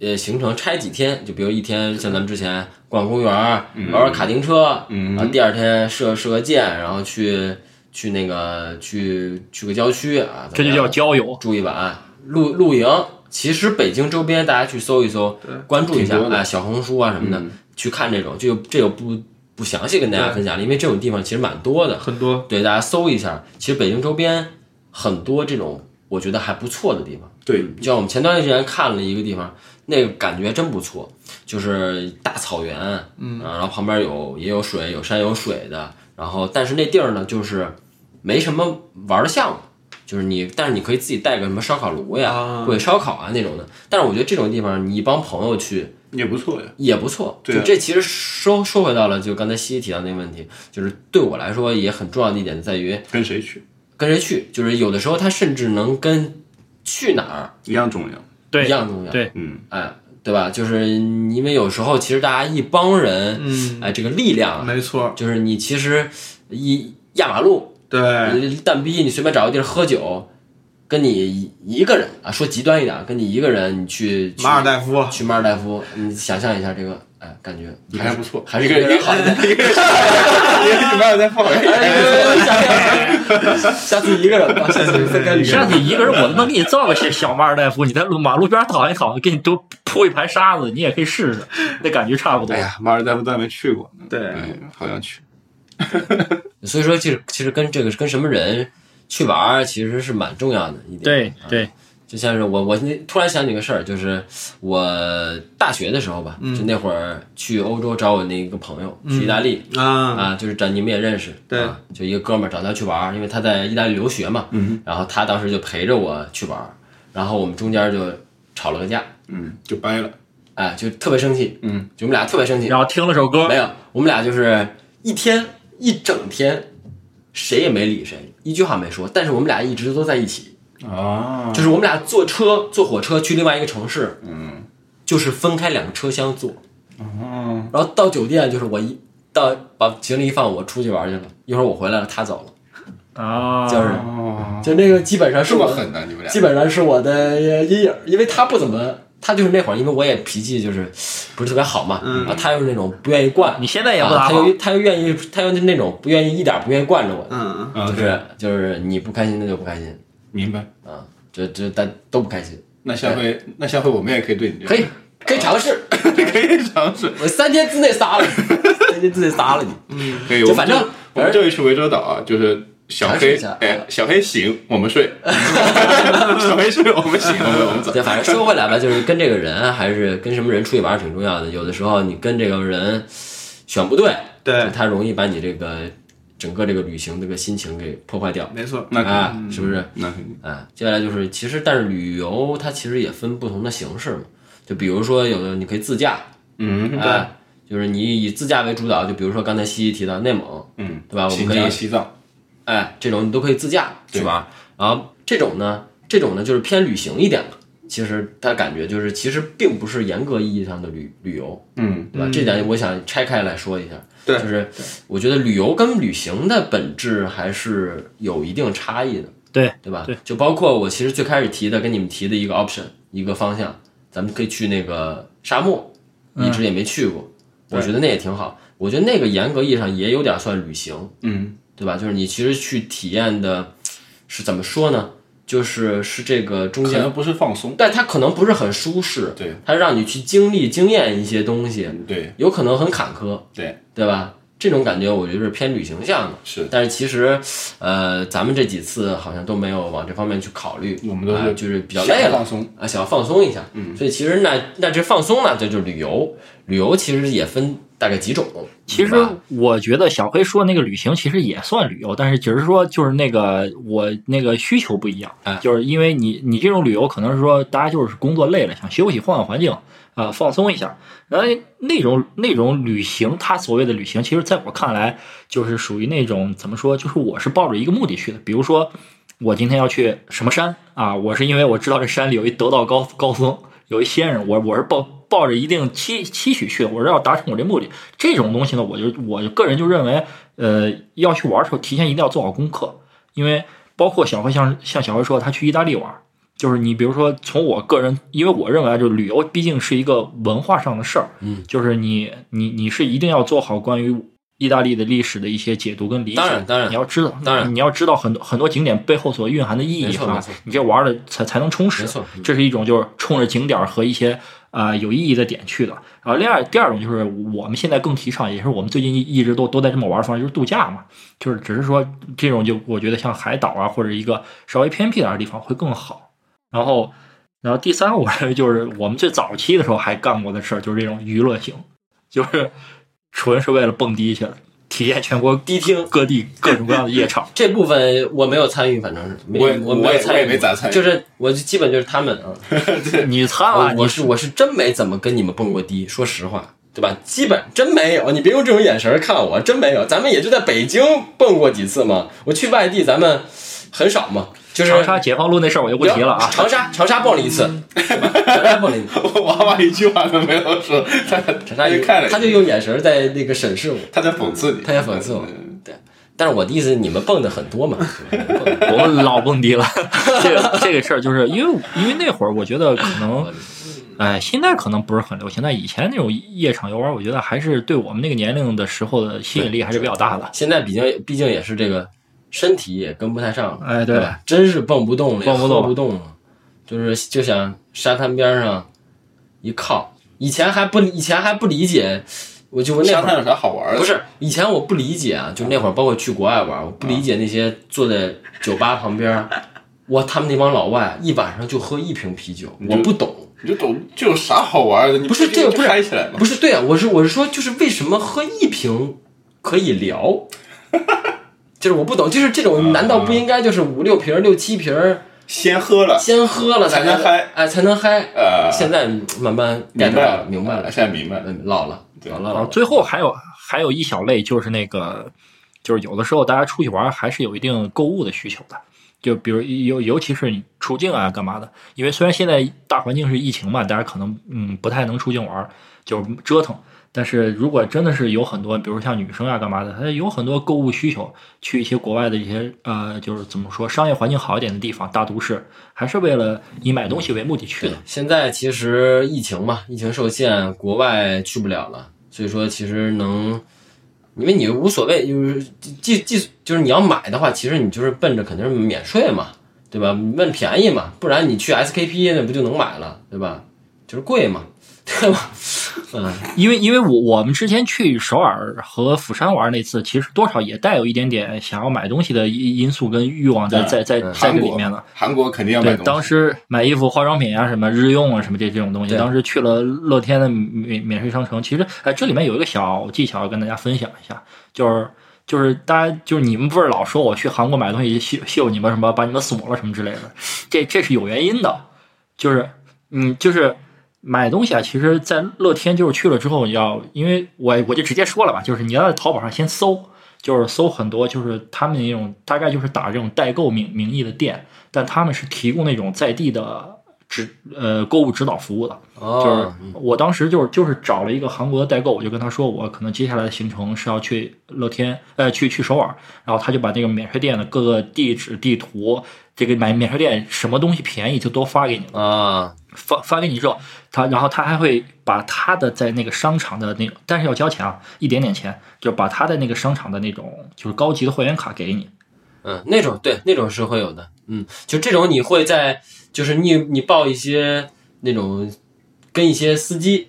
[SPEAKER 1] 呃行程拆几天，就比如一天像咱们之前逛公园儿、玩玩卡丁车，然后第二天射射个箭，然后去去那个去去个郊区啊，
[SPEAKER 3] 这
[SPEAKER 1] 怎么
[SPEAKER 3] 就
[SPEAKER 1] 样
[SPEAKER 3] 叫郊游。
[SPEAKER 1] 住一晚露露营。其实北京周边大家去搜一搜，关注一下
[SPEAKER 2] 挺多的
[SPEAKER 1] 啊，小红书啊什么的，去看这种，就这个不不详细跟大家分享了，因为这种地方其实蛮多的，
[SPEAKER 4] 很多
[SPEAKER 1] 对大家搜一下。其实北京周边很多这种我觉得还不错的地方，
[SPEAKER 2] 对，
[SPEAKER 1] 就像我们前段时间看了一个地方，那个感觉真不错，就是大草原，嗯、啊，然后旁边有也有水，有山有水的，然后但是那地儿呢，就是没什么玩儿的项目，就是你，但是你可以自己带个什么烧烤炉呀、
[SPEAKER 4] 啊
[SPEAKER 1] 或者烧烤啊那种的。但是我觉得这种地方，你一帮朋友去，
[SPEAKER 2] 也不错呀。
[SPEAKER 1] 也不错。
[SPEAKER 2] 对啊
[SPEAKER 1] 就这其实说说回到了，就刚才西西提到那个问题，就是对我来说也很重要的一点在于
[SPEAKER 2] 跟谁去？
[SPEAKER 1] 跟谁去，就是有的时候他甚至能跟去哪儿
[SPEAKER 2] 一样重要。
[SPEAKER 3] 对
[SPEAKER 1] 一样重要。
[SPEAKER 3] 对，
[SPEAKER 2] 嗯，
[SPEAKER 1] 哎，对吧？就是因为有时候其实大家一帮人，
[SPEAKER 4] 嗯
[SPEAKER 1] 哎，这个力量啊，
[SPEAKER 4] 没错，
[SPEAKER 1] 就是你其实一压马路，嗯呃
[SPEAKER 4] 对，
[SPEAKER 1] 蛋逼，你随便找个地儿喝酒。跟你一一个人啊，说极端一点啊，跟你一个人，你去去
[SPEAKER 4] 马尔代夫，
[SPEAKER 1] 去马尔代夫，你想象一下这个，哎，感觉
[SPEAKER 2] 还不错，
[SPEAKER 1] 还是
[SPEAKER 2] 一个
[SPEAKER 1] 一个人
[SPEAKER 2] 人
[SPEAKER 1] 好一 点
[SPEAKER 2] 一个人好，没有在放
[SPEAKER 1] 下次一个人吧，下次分开旅
[SPEAKER 3] 下
[SPEAKER 1] 行。
[SPEAKER 3] 次一个人我都能给你造个小小马尔代夫，你在路马路边躺一躺，给你多铺一排沙子，你也可以试试，那感觉差不多
[SPEAKER 2] 哎。呀，马尔代夫都还没去过，
[SPEAKER 4] 对，
[SPEAKER 2] 哎，好想去。
[SPEAKER 1] 所以说，其实其实跟这个跟什么人去玩儿，其实是蛮重要的一点。
[SPEAKER 3] 对对，
[SPEAKER 1] 就像是我，我那突然想起个事儿，就是我大学的时候吧，
[SPEAKER 2] 嗯
[SPEAKER 1] 就那会儿去欧洲找我那个朋友，去意大利
[SPEAKER 2] 嗯
[SPEAKER 4] 啊，
[SPEAKER 1] 啊，就是这你们也认识，
[SPEAKER 4] 对
[SPEAKER 1] 啊，就一个哥们儿找他去玩儿，因为他在意大利留学嘛，
[SPEAKER 2] 嗯，
[SPEAKER 1] 然后他当时就陪着我去玩儿，然后我们中间就吵了个架，
[SPEAKER 2] 嗯，就掰了，
[SPEAKER 1] 哎，就特别生气，
[SPEAKER 2] 嗯，
[SPEAKER 1] 就我们俩特别生气，
[SPEAKER 3] 然后听了首歌
[SPEAKER 1] 没，有，我们俩就是一天一整天，谁也没理谁，一句话没说，但是我们俩一直都在一起，
[SPEAKER 2] 啊，
[SPEAKER 1] 就是我们俩坐车坐火车去另外一个城市，嗯，就是分开两个车厢坐，
[SPEAKER 2] 嗯，
[SPEAKER 1] 然后到酒店就是我一到把行李一放，我出去玩去了，一会儿我回来了，他走了，
[SPEAKER 3] 啊，
[SPEAKER 1] 就是
[SPEAKER 2] 哦，
[SPEAKER 1] 就那个基本上是
[SPEAKER 2] 这么
[SPEAKER 1] 我
[SPEAKER 2] 狠呢、你们俩
[SPEAKER 1] 基本上是我的阴影，因为他不怎么。他就是那会儿，因为我也脾气就是不是特别好嘛，然后他又是那种不愿意惯，
[SPEAKER 3] 你现在也不
[SPEAKER 1] 啊
[SPEAKER 3] 咋
[SPEAKER 1] 他
[SPEAKER 3] 好
[SPEAKER 1] 又他又愿意，他又是那种不愿意一点不愿意惯着我的，
[SPEAKER 4] 嗯，
[SPEAKER 2] 啊，
[SPEAKER 1] 就
[SPEAKER 2] 对，
[SPEAKER 1] 是就是你不开心那就不开心
[SPEAKER 2] 明白。
[SPEAKER 1] 啊，这这大都不开心，
[SPEAKER 2] 那下回，那下回我们也可以对你这样
[SPEAKER 1] 可以可以尝试，
[SPEAKER 2] 可以尝试，
[SPEAKER 1] 我三天之内杀了你， 三天之内杀了你，
[SPEAKER 2] 可以。
[SPEAKER 1] 就
[SPEAKER 2] 我们
[SPEAKER 1] 反正
[SPEAKER 2] 我们这一去涠洲岛啊，就是小
[SPEAKER 1] 尝试
[SPEAKER 2] 黑
[SPEAKER 1] 一下，
[SPEAKER 2] 哎，小黑醒，我 们睡， 小黑睡，我们醒，我们我们走。
[SPEAKER 1] 对，反正说回来吧，就是跟这个人还是跟什么人出去玩儿挺重要的，有的时候你跟这个人选不对，
[SPEAKER 4] 对，
[SPEAKER 1] 他容易把你这个整个这个旅行这个心情给破坏掉，
[SPEAKER 4] 没错，
[SPEAKER 2] 那肯
[SPEAKER 1] 啊，是不是？
[SPEAKER 2] 定，那肯定，
[SPEAKER 1] 哎，接下来就是，其实但是旅游它其实也分不同的形式嘛，就比如说有的你可以自驾，
[SPEAKER 2] 嗯
[SPEAKER 1] 哎，就是你以自驾为主导，就比如说刚才西西提到内蒙，
[SPEAKER 2] 嗯，
[SPEAKER 1] 对吧？我们
[SPEAKER 2] 新
[SPEAKER 1] 可以
[SPEAKER 2] 疆、西藏，
[SPEAKER 1] 哎，这种你都可以自驾
[SPEAKER 2] 对
[SPEAKER 1] 去玩儿。然后这种呢，这种呢就是偏旅行一点了。其实他感觉就是，其实并不是严格意义上的旅旅游，
[SPEAKER 2] 嗯，
[SPEAKER 1] 对吧？这点我想拆开来说一下。
[SPEAKER 4] 对
[SPEAKER 1] 就是我觉得旅游跟旅行的本质还是有一定差异的，
[SPEAKER 3] 对
[SPEAKER 1] 对吧？
[SPEAKER 3] 对，
[SPEAKER 1] 就包括我其实最开始提的，跟你们提的一个 option，一个方向，咱们可以去那个沙漠，一
[SPEAKER 2] 嗯
[SPEAKER 1] 直也没去过，我觉得那也挺好。我觉得那个严格意义上也有点算旅行，
[SPEAKER 2] 嗯，
[SPEAKER 1] 对吧？就是你其实去体验的是怎么说呢？就是是这个中
[SPEAKER 2] 嗯可能
[SPEAKER 1] 间，
[SPEAKER 2] 不是放松，
[SPEAKER 1] 但它可能不是很舒适，
[SPEAKER 2] 对，
[SPEAKER 1] 它让你去经历、经验一些东西，
[SPEAKER 2] 对
[SPEAKER 1] 有可能很坎坷，
[SPEAKER 2] 对
[SPEAKER 1] 对吧？这种感觉我觉得是偏旅行向的，
[SPEAKER 2] 是
[SPEAKER 1] 但是其实，呃，咱们这几次好像都没有往这方面去考虑，
[SPEAKER 2] 我们都是
[SPEAKER 1] 啊就是比较累了，
[SPEAKER 2] 想放松
[SPEAKER 1] 啊，想要放松一下，嗯，所以其实那那这放松呢，这就是旅游，旅游其实也分大概几种，
[SPEAKER 3] 其实
[SPEAKER 1] 对吧
[SPEAKER 3] 我觉得小黑说那个旅行其实也算旅游，但是只是说就是那个我那个需求不一样
[SPEAKER 1] 哎，
[SPEAKER 3] 就是因为你你这种旅游可能是说大家就是工作累了想休息换换环境啊、呃放松一下，然后那种那种旅行，他所谓的旅行，其实在我看来就是属于那种怎么说，就是我是抱着一个目的去的，比如说我今天要去什么山啊，我是因为我知道这山里有一得道高高僧，有一仙人，我我是抱抱着一定期期许去的，我是要达成我这目的。这种东西呢，我就我个人就认为，呃，要去玩的时候，提前一定要做好功课，因为包括小黑像像小黑说，他去意大利玩，就是你比如说从我个人，因为我认为啊，就是旅游毕竟是一个文化上的事儿，
[SPEAKER 1] 嗯，
[SPEAKER 3] 就是你你你是一定要做好关于意大利的历史的一些解读跟理解，
[SPEAKER 1] 当然当然
[SPEAKER 3] 你要知道，
[SPEAKER 1] 当然
[SPEAKER 3] 你要知道很多很多景点背后所蕴含的意
[SPEAKER 1] 没
[SPEAKER 3] 义
[SPEAKER 1] 错没
[SPEAKER 3] 啊
[SPEAKER 1] 错，
[SPEAKER 3] 你这玩的才才能充实，
[SPEAKER 1] 没错嗯
[SPEAKER 3] 这是一种就是冲着景点儿和一些呃有意义的点去的。然后另外第二种就是我们现在更提倡，也是我们最近一一直都都在这么玩的方式，就是度假嘛，就是只是说这种就我觉得像海岛啊或者一个稍微偏僻点儿的地方会更好。然后，然后第三，我认为就是我们最早期的时候还干过的事儿，就是这种娱乐型，就是纯是为了蹦迪去的，体验全国
[SPEAKER 1] 迪厅
[SPEAKER 3] 各地各种各样的 夜场。
[SPEAKER 1] 这部分我没有参与，反正是没
[SPEAKER 2] 我也
[SPEAKER 1] 我
[SPEAKER 2] 我
[SPEAKER 1] 没有
[SPEAKER 2] 也
[SPEAKER 1] 参与，
[SPEAKER 2] 我也没咋参与
[SPEAKER 1] 就是我就基本就是他们啊，
[SPEAKER 3] 你参
[SPEAKER 1] 我
[SPEAKER 3] 了，
[SPEAKER 1] 我
[SPEAKER 3] 你
[SPEAKER 1] 啊是我是真没怎么跟你们蹦过迪，说实话，对吧？基本真没有，你别用这种眼神看我，真没有。咱们也就在北京蹦过几次嘛，我去外地咱们很少嘛，就是
[SPEAKER 3] 长沙解放路那事儿我就不提了啊。
[SPEAKER 1] 长沙长沙蹦了一次，嗯对吧？长沙蹦了一次，
[SPEAKER 2] 我娃娃一句话都没有说，他
[SPEAKER 1] 长
[SPEAKER 2] 他
[SPEAKER 1] 沙
[SPEAKER 2] 就看了你，
[SPEAKER 1] 他就用眼神在那个审视我，
[SPEAKER 2] 他在讽刺你，嗯
[SPEAKER 1] 他在讽刺我。对，但是我的意思，你们蹦的很多嘛？对吧你们蹦得
[SPEAKER 3] 我们老蹦迪了， 这个这个事儿就是因为因为那会儿我觉得可能，
[SPEAKER 1] 嗯
[SPEAKER 3] 哎，现在可能不是很流行，但以前那种夜场游玩，我觉得还是对我们那个年龄的时候的吸引力还是比较大的。
[SPEAKER 1] 现在毕竟毕竟也是这个身体也跟不太上了，
[SPEAKER 3] 哎对
[SPEAKER 1] 对吧？真是蹦不动了，
[SPEAKER 3] 蹦不动
[SPEAKER 1] 也喝不动了，就是就想沙滩边上一靠。以前还不以前还不理解，我就我那
[SPEAKER 2] 沙
[SPEAKER 1] 会
[SPEAKER 2] 滩
[SPEAKER 1] 儿
[SPEAKER 2] 有啥好玩的？
[SPEAKER 1] 不是以前我 不理解啊，就那会儿包括去国外玩，我不理解那些坐在酒吧旁边。我他们那帮老外啊一晚上就喝一瓶啤酒，
[SPEAKER 2] 你就
[SPEAKER 1] 我不懂。
[SPEAKER 2] 你就懂，这有啥好玩的？你
[SPEAKER 1] 不是这个
[SPEAKER 2] 就
[SPEAKER 1] 不是
[SPEAKER 2] 嗨起来吗？
[SPEAKER 1] 不是对啊，我是我是说，就是为什么喝一瓶可以聊？ 就是我不懂，就是这种难道不应该就是五六瓶儿、六七瓶儿
[SPEAKER 2] 先喝了，
[SPEAKER 1] 先喝了
[SPEAKER 2] 才能嗨？
[SPEAKER 1] 哎，才能嗨。
[SPEAKER 2] 呃，
[SPEAKER 1] 现在慢慢 get
[SPEAKER 2] 明白
[SPEAKER 1] 到了，
[SPEAKER 2] 了，
[SPEAKER 1] 明白了，
[SPEAKER 2] 现在明白了。
[SPEAKER 1] 嗯，老了，
[SPEAKER 2] 对
[SPEAKER 1] 老了，
[SPEAKER 3] 然
[SPEAKER 1] 老
[SPEAKER 3] 后
[SPEAKER 1] 了
[SPEAKER 3] 最后还有还有一小类就是那个，就是有的时候大家出去玩还是有一定购物的需求的，就比如尤尤其是你出境啊干嘛的，因为虽然现在大环境是疫情嘛，大家可能嗯不太能出境玩，就折腾。但是如果真的是有很多，比如像女生啊干嘛的，她有很多购物需求，去一些国外的一些呃，就是怎么说商业环境好一点的地方，大都市，还是为了以买东西为目的去
[SPEAKER 1] 对
[SPEAKER 3] 的。，
[SPEAKER 1] 现在其实疫情嘛，疫情受限，国外去不了了，所以说其实能，因为你无所谓，就是即即就是你要买的话，其实你就是奔着肯定是免税嘛，对吧？问便宜嘛，不然你去 SKP 那不就能买了，对吧？就是贵嘛， 对吧？嗯，
[SPEAKER 3] 因为因为我我们之前去首尔和釜山玩那次，其实多少也带有一点点想要买东西的因因素跟欲望在
[SPEAKER 2] 嗯
[SPEAKER 3] 在在
[SPEAKER 1] 嗯
[SPEAKER 3] 在
[SPEAKER 2] 韩
[SPEAKER 3] 这
[SPEAKER 2] 国
[SPEAKER 3] 里面了。
[SPEAKER 2] 韩国肯定要
[SPEAKER 3] 对，
[SPEAKER 2] 买东西。
[SPEAKER 3] 当时买衣服、化妆品啊，什么日用啊，什么这这种东西，
[SPEAKER 1] 对
[SPEAKER 3] 当时去了乐天的免免税商城。其实，哎，这里面有一个小技巧要跟大家分享一下，就是就是大家就是你们不是老说我去韩国买东西秀秀你们什么，把你们锁了什么之类的，这这是有原因的，就是嗯，就是买东西啊，其实，在乐天就是去了之后，你要因为我我就直接说了吧，就是你要在淘宝上先搜，就是搜很多就是他们那种大概就是打这种代购名名义的店，但他们是提供那种在地的指呃购物指导服务的，就是
[SPEAKER 1] 哦，
[SPEAKER 3] 我当时就是就是找了一个韩国的代购，我就跟他说我可能接下来的行程是要去乐天，呃，去去首尔，然后他就把那个免税店的各个地址、地图，这个买免税店什么东西便宜就都发给你了，
[SPEAKER 1] 啊，
[SPEAKER 3] 发发给你之后，他然后他还会把他的在那个商场的那，但是要交钱啊，一点点钱，就把他的那个商场的那种就是高级的会员卡给你，
[SPEAKER 1] 嗯，那种对那种是会有的，嗯，就这种你会在就是你你报一些那种跟一些司机，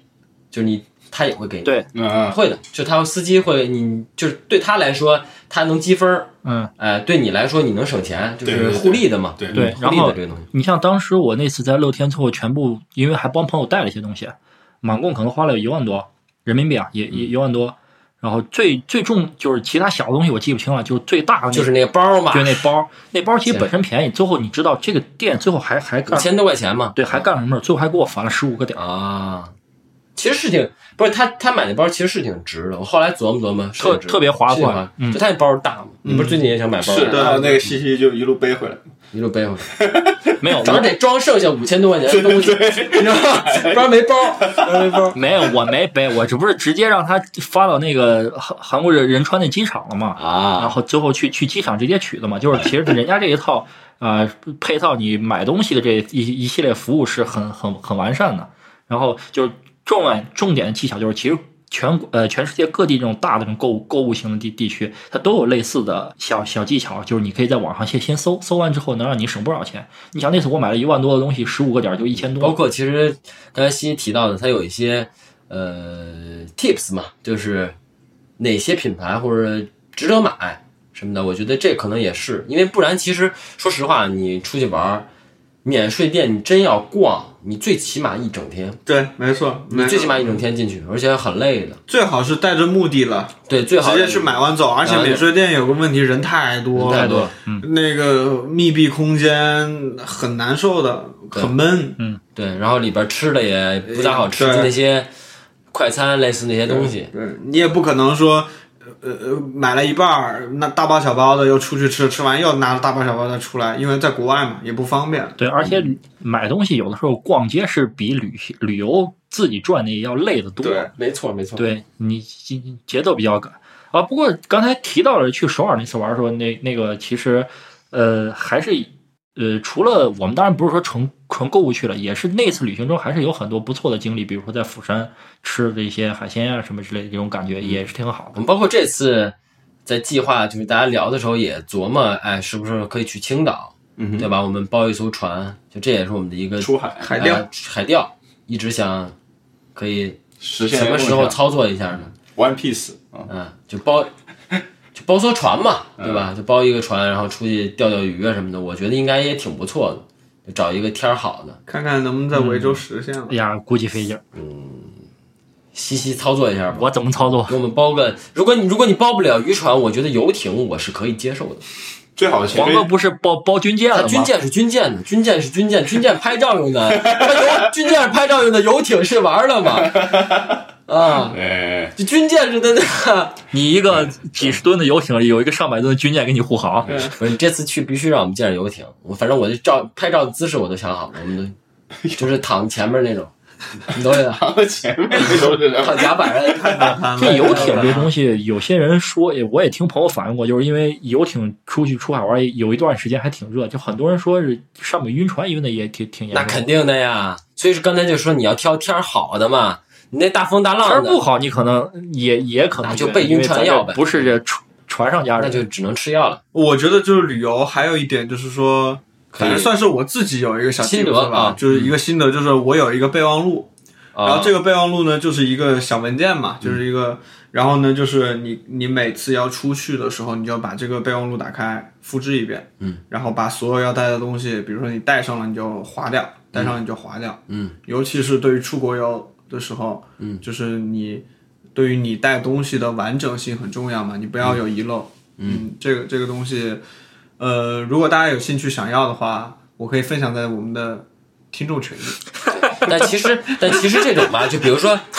[SPEAKER 1] 就是你他也会给你。
[SPEAKER 3] 对
[SPEAKER 2] 嗯嗯，
[SPEAKER 1] 会的，就他司机会，你就是对他来说，他能积分儿，
[SPEAKER 3] 嗯。
[SPEAKER 1] 哎、对你来说你能省钱，就
[SPEAKER 2] 对对
[SPEAKER 1] 是
[SPEAKER 2] 对
[SPEAKER 1] 互利的嘛，嗯
[SPEAKER 2] 对
[SPEAKER 3] 对
[SPEAKER 1] 互
[SPEAKER 3] 然
[SPEAKER 1] 利的
[SPEAKER 3] 后
[SPEAKER 1] 这个东西，
[SPEAKER 3] 你像当时我那次在乐天最后全部，因为还帮朋友带了一些东西，满共可能花了有一万多人民币啊，也也一万多。然后最最重就是其他小的东西我记不清了，就是最大的那
[SPEAKER 1] 就是那个包嘛
[SPEAKER 3] 就，是那包，那包其实
[SPEAKER 1] 行
[SPEAKER 3] 本身便宜，最后你知道这个店最后还还
[SPEAKER 1] 五
[SPEAKER 3] 干
[SPEAKER 1] 千多块钱嘛，
[SPEAKER 3] 对还干了什么事儿，最后还给我返了十五个点儿。
[SPEAKER 1] 啊，其实是挺不是他他买那包其实是挺值的，我后来琢磨琢磨，是
[SPEAKER 3] 特
[SPEAKER 1] 值的
[SPEAKER 3] 特别划
[SPEAKER 1] 是挺
[SPEAKER 3] 算
[SPEAKER 1] 划
[SPEAKER 3] 嗯
[SPEAKER 1] 就他那包大嘛，你不是最近也想买包
[SPEAKER 2] 嗯是，
[SPEAKER 1] 吗？
[SPEAKER 2] 然后那个西西就一路背回来。
[SPEAKER 1] 一路背回来，
[SPEAKER 3] 没 有，
[SPEAKER 1] 咱
[SPEAKER 3] 我
[SPEAKER 1] 们得装剩下五千多块钱的东西，你知道吗？
[SPEAKER 4] 哎
[SPEAKER 1] 不然没包， 不然没包。
[SPEAKER 3] 没有，我没背，我这不是直接让他发到那个韩韩国人仁川那机场了吗？然
[SPEAKER 1] 啊，
[SPEAKER 3] 后最后去去机场直接取的嘛，就是其实人家这一套呃配套你买东西的这一一系列服务是很很很完善的。然后就是重点重点技巧就是，其实全国呃全世界各地这种大的这种购物购物型的地地区，它都有类似的小小技巧，就是你可以在网上先先搜，搜完之后能让你省不少钱。你想那次我买了一万多的东西，十五个点儿就一千
[SPEAKER 1] 包
[SPEAKER 3] 多，
[SPEAKER 1] 括其实刚才西西提到的，它有一些呃 tips 嘛，就是哪些品牌或者值得买什么的，我觉得这可能也是，因为不然其实说实话，你出去玩儿，免税店你真要逛，你最起码一整天，
[SPEAKER 4] 对，没错，
[SPEAKER 1] 你
[SPEAKER 4] 没错
[SPEAKER 1] 最起码一整天进去，而且很累的。
[SPEAKER 4] 最好是带着目的了，
[SPEAKER 1] 对，最好
[SPEAKER 4] 直接去买完走。而且
[SPEAKER 1] 了解
[SPEAKER 4] 免税店有个问题，人太多了，
[SPEAKER 1] 太多了。嗯
[SPEAKER 4] 那个密闭空间很难受的，
[SPEAKER 1] 对嗯
[SPEAKER 4] 很闷。
[SPEAKER 1] 对，然后里边吃的也不咋好吃，
[SPEAKER 4] 对
[SPEAKER 1] 就那些快餐类似那些东西。
[SPEAKER 4] 对你也不可能说，呃呃，买了一半儿，那大包小包的又出去吃，吃完又拿着大包小包的出来，因为在国外嘛，也不方便。
[SPEAKER 3] 对，而且买东西有的时候逛街是比旅行旅游自己转的要累得多。
[SPEAKER 4] 对
[SPEAKER 1] 没错，没错。
[SPEAKER 3] 对你节节奏比较赶啊。不过刚才提到了去首尔那次玩的时候，那那个其实呃还是呃除了我们当然不是说纯纯购物去了，也是那次旅行中还是有很多不错的经历，比如说在釜山吃的一些海鲜啊什么之类的，这种感觉
[SPEAKER 1] 嗯
[SPEAKER 3] 也是挺好
[SPEAKER 1] 我
[SPEAKER 3] 的。
[SPEAKER 1] 们包括这次在计划，就是大家聊的时候也琢磨，哎，是不是可以去青岛，
[SPEAKER 2] 嗯
[SPEAKER 1] 对
[SPEAKER 2] 哼，
[SPEAKER 1] 吧？我们包一艘船，就这也是我们的一个
[SPEAKER 2] 出海嗯
[SPEAKER 4] 海钓
[SPEAKER 1] 呃海钓一直想可以
[SPEAKER 2] 实现
[SPEAKER 1] 什么时
[SPEAKER 2] 梦
[SPEAKER 1] 候
[SPEAKER 2] 想
[SPEAKER 1] 操作一下呢？
[SPEAKER 2] One Piece 啊？
[SPEAKER 1] 嗯，就包就包艘船嘛，对吧？就包一个船，然后出去钓钓鱼啊什么的，我觉得应该也挺不错的，就找一个天儿好的，
[SPEAKER 4] 看看能不能在维州实现了。
[SPEAKER 1] 嗯
[SPEAKER 3] 哎呀，估计费劲儿。
[SPEAKER 1] 西西操作一下吧。
[SPEAKER 3] 我怎么操作？
[SPEAKER 1] 给我们包个，如果你如果你包不了渔船，我觉得游艇我是可以接受的。
[SPEAKER 2] 最好是
[SPEAKER 3] 黄哥不是包包军舰了
[SPEAKER 1] 它
[SPEAKER 3] 吗？
[SPEAKER 1] 啊军舰是军舰的，军舰是军舰，军舰拍照用的，它游军舰是拍照用的，游艇是玩儿的 嘛？啊，
[SPEAKER 2] 哎，
[SPEAKER 1] 这军舰是的 那，
[SPEAKER 3] 你一个几十吨的游艇，有一个上百吨的军舰给你护航。
[SPEAKER 1] 不是你这次去必须让我们见着游艇，我反正我就照拍照姿势我都想好了，我们 都就是躺前面那种，你懂我
[SPEAKER 2] 然后前面那都是什么？
[SPEAKER 1] 躺甲板上一看，
[SPEAKER 3] 这游艇这东西，有些人说，也我也听朋友反映过，就是因为游艇出去出海玩，有一段时间还挺热，就很多人说是上面晕船晕的也挺挺严
[SPEAKER 1] 那
[SPEAKER 3] 重。
[SPEAKER 1] 肯定的呀。所以说刚才就说你要挑天儿好的嘛，你那大风大
[SPEAKER 3] 天儿
[SPEAKER 1] 浪的
[SPEAKER 3] 不，好，你可能也也可能
[SPEAKER 1] 那就
[SPEAKER 3] 晕
[SPEAKER 1] 被
[SPEAKER 3] 因为
[SPEAKER 1] 晕船
[SPEAKER 3] 咱
[SPEAKER 1] 药
[SPEAKER 3] 这
[SPEAKER 1] 呗
[SPEAKER 3] 不是这船船上家
[SPEAKER 1] 那
[SPEAKER 3] 人，
[SPEAKER 1] 就只能吃药了。
[SPEAKER 4] 我觉得就是旅游还有一点就是说，
[SPEAKER 1] 可以
[SPEAKER 4] 反正算是我自己有一个小
[SPEAKER 1] 心得
[SPEAKER 4] 技术吧，
[SPEAKER 1] 啊
[SPEAKER 4] 就是一个心得，就是我有一个备忘录，
[SPEAKER 1] 啊
[SPEAKER 4] 然后这个备忘录呢，就是一个小文件嘛，就是一个，然后呢，就是你你每次要出去的时候，你就把这个备忘录打开，复制一遍，
[SPEAKER 1] 嗯，
[SPEAKER 4] 然后把所有要带的东西，比如说你带上了你就划掉，带上了你就划掉，
[SPEAKER 1] 嗯，
[SPEAKER 4] 尤其是对于出国游的时候，嗯，就是你对于你带东西的完整性很重要嘛，你不要有遗漏，嗯，这个这个东西，呃，如果大家有兴趣想要的话，我可以分享在我们的听众群里，
[SPEAKER 1] 但其实，但其实这种吧，就比如说，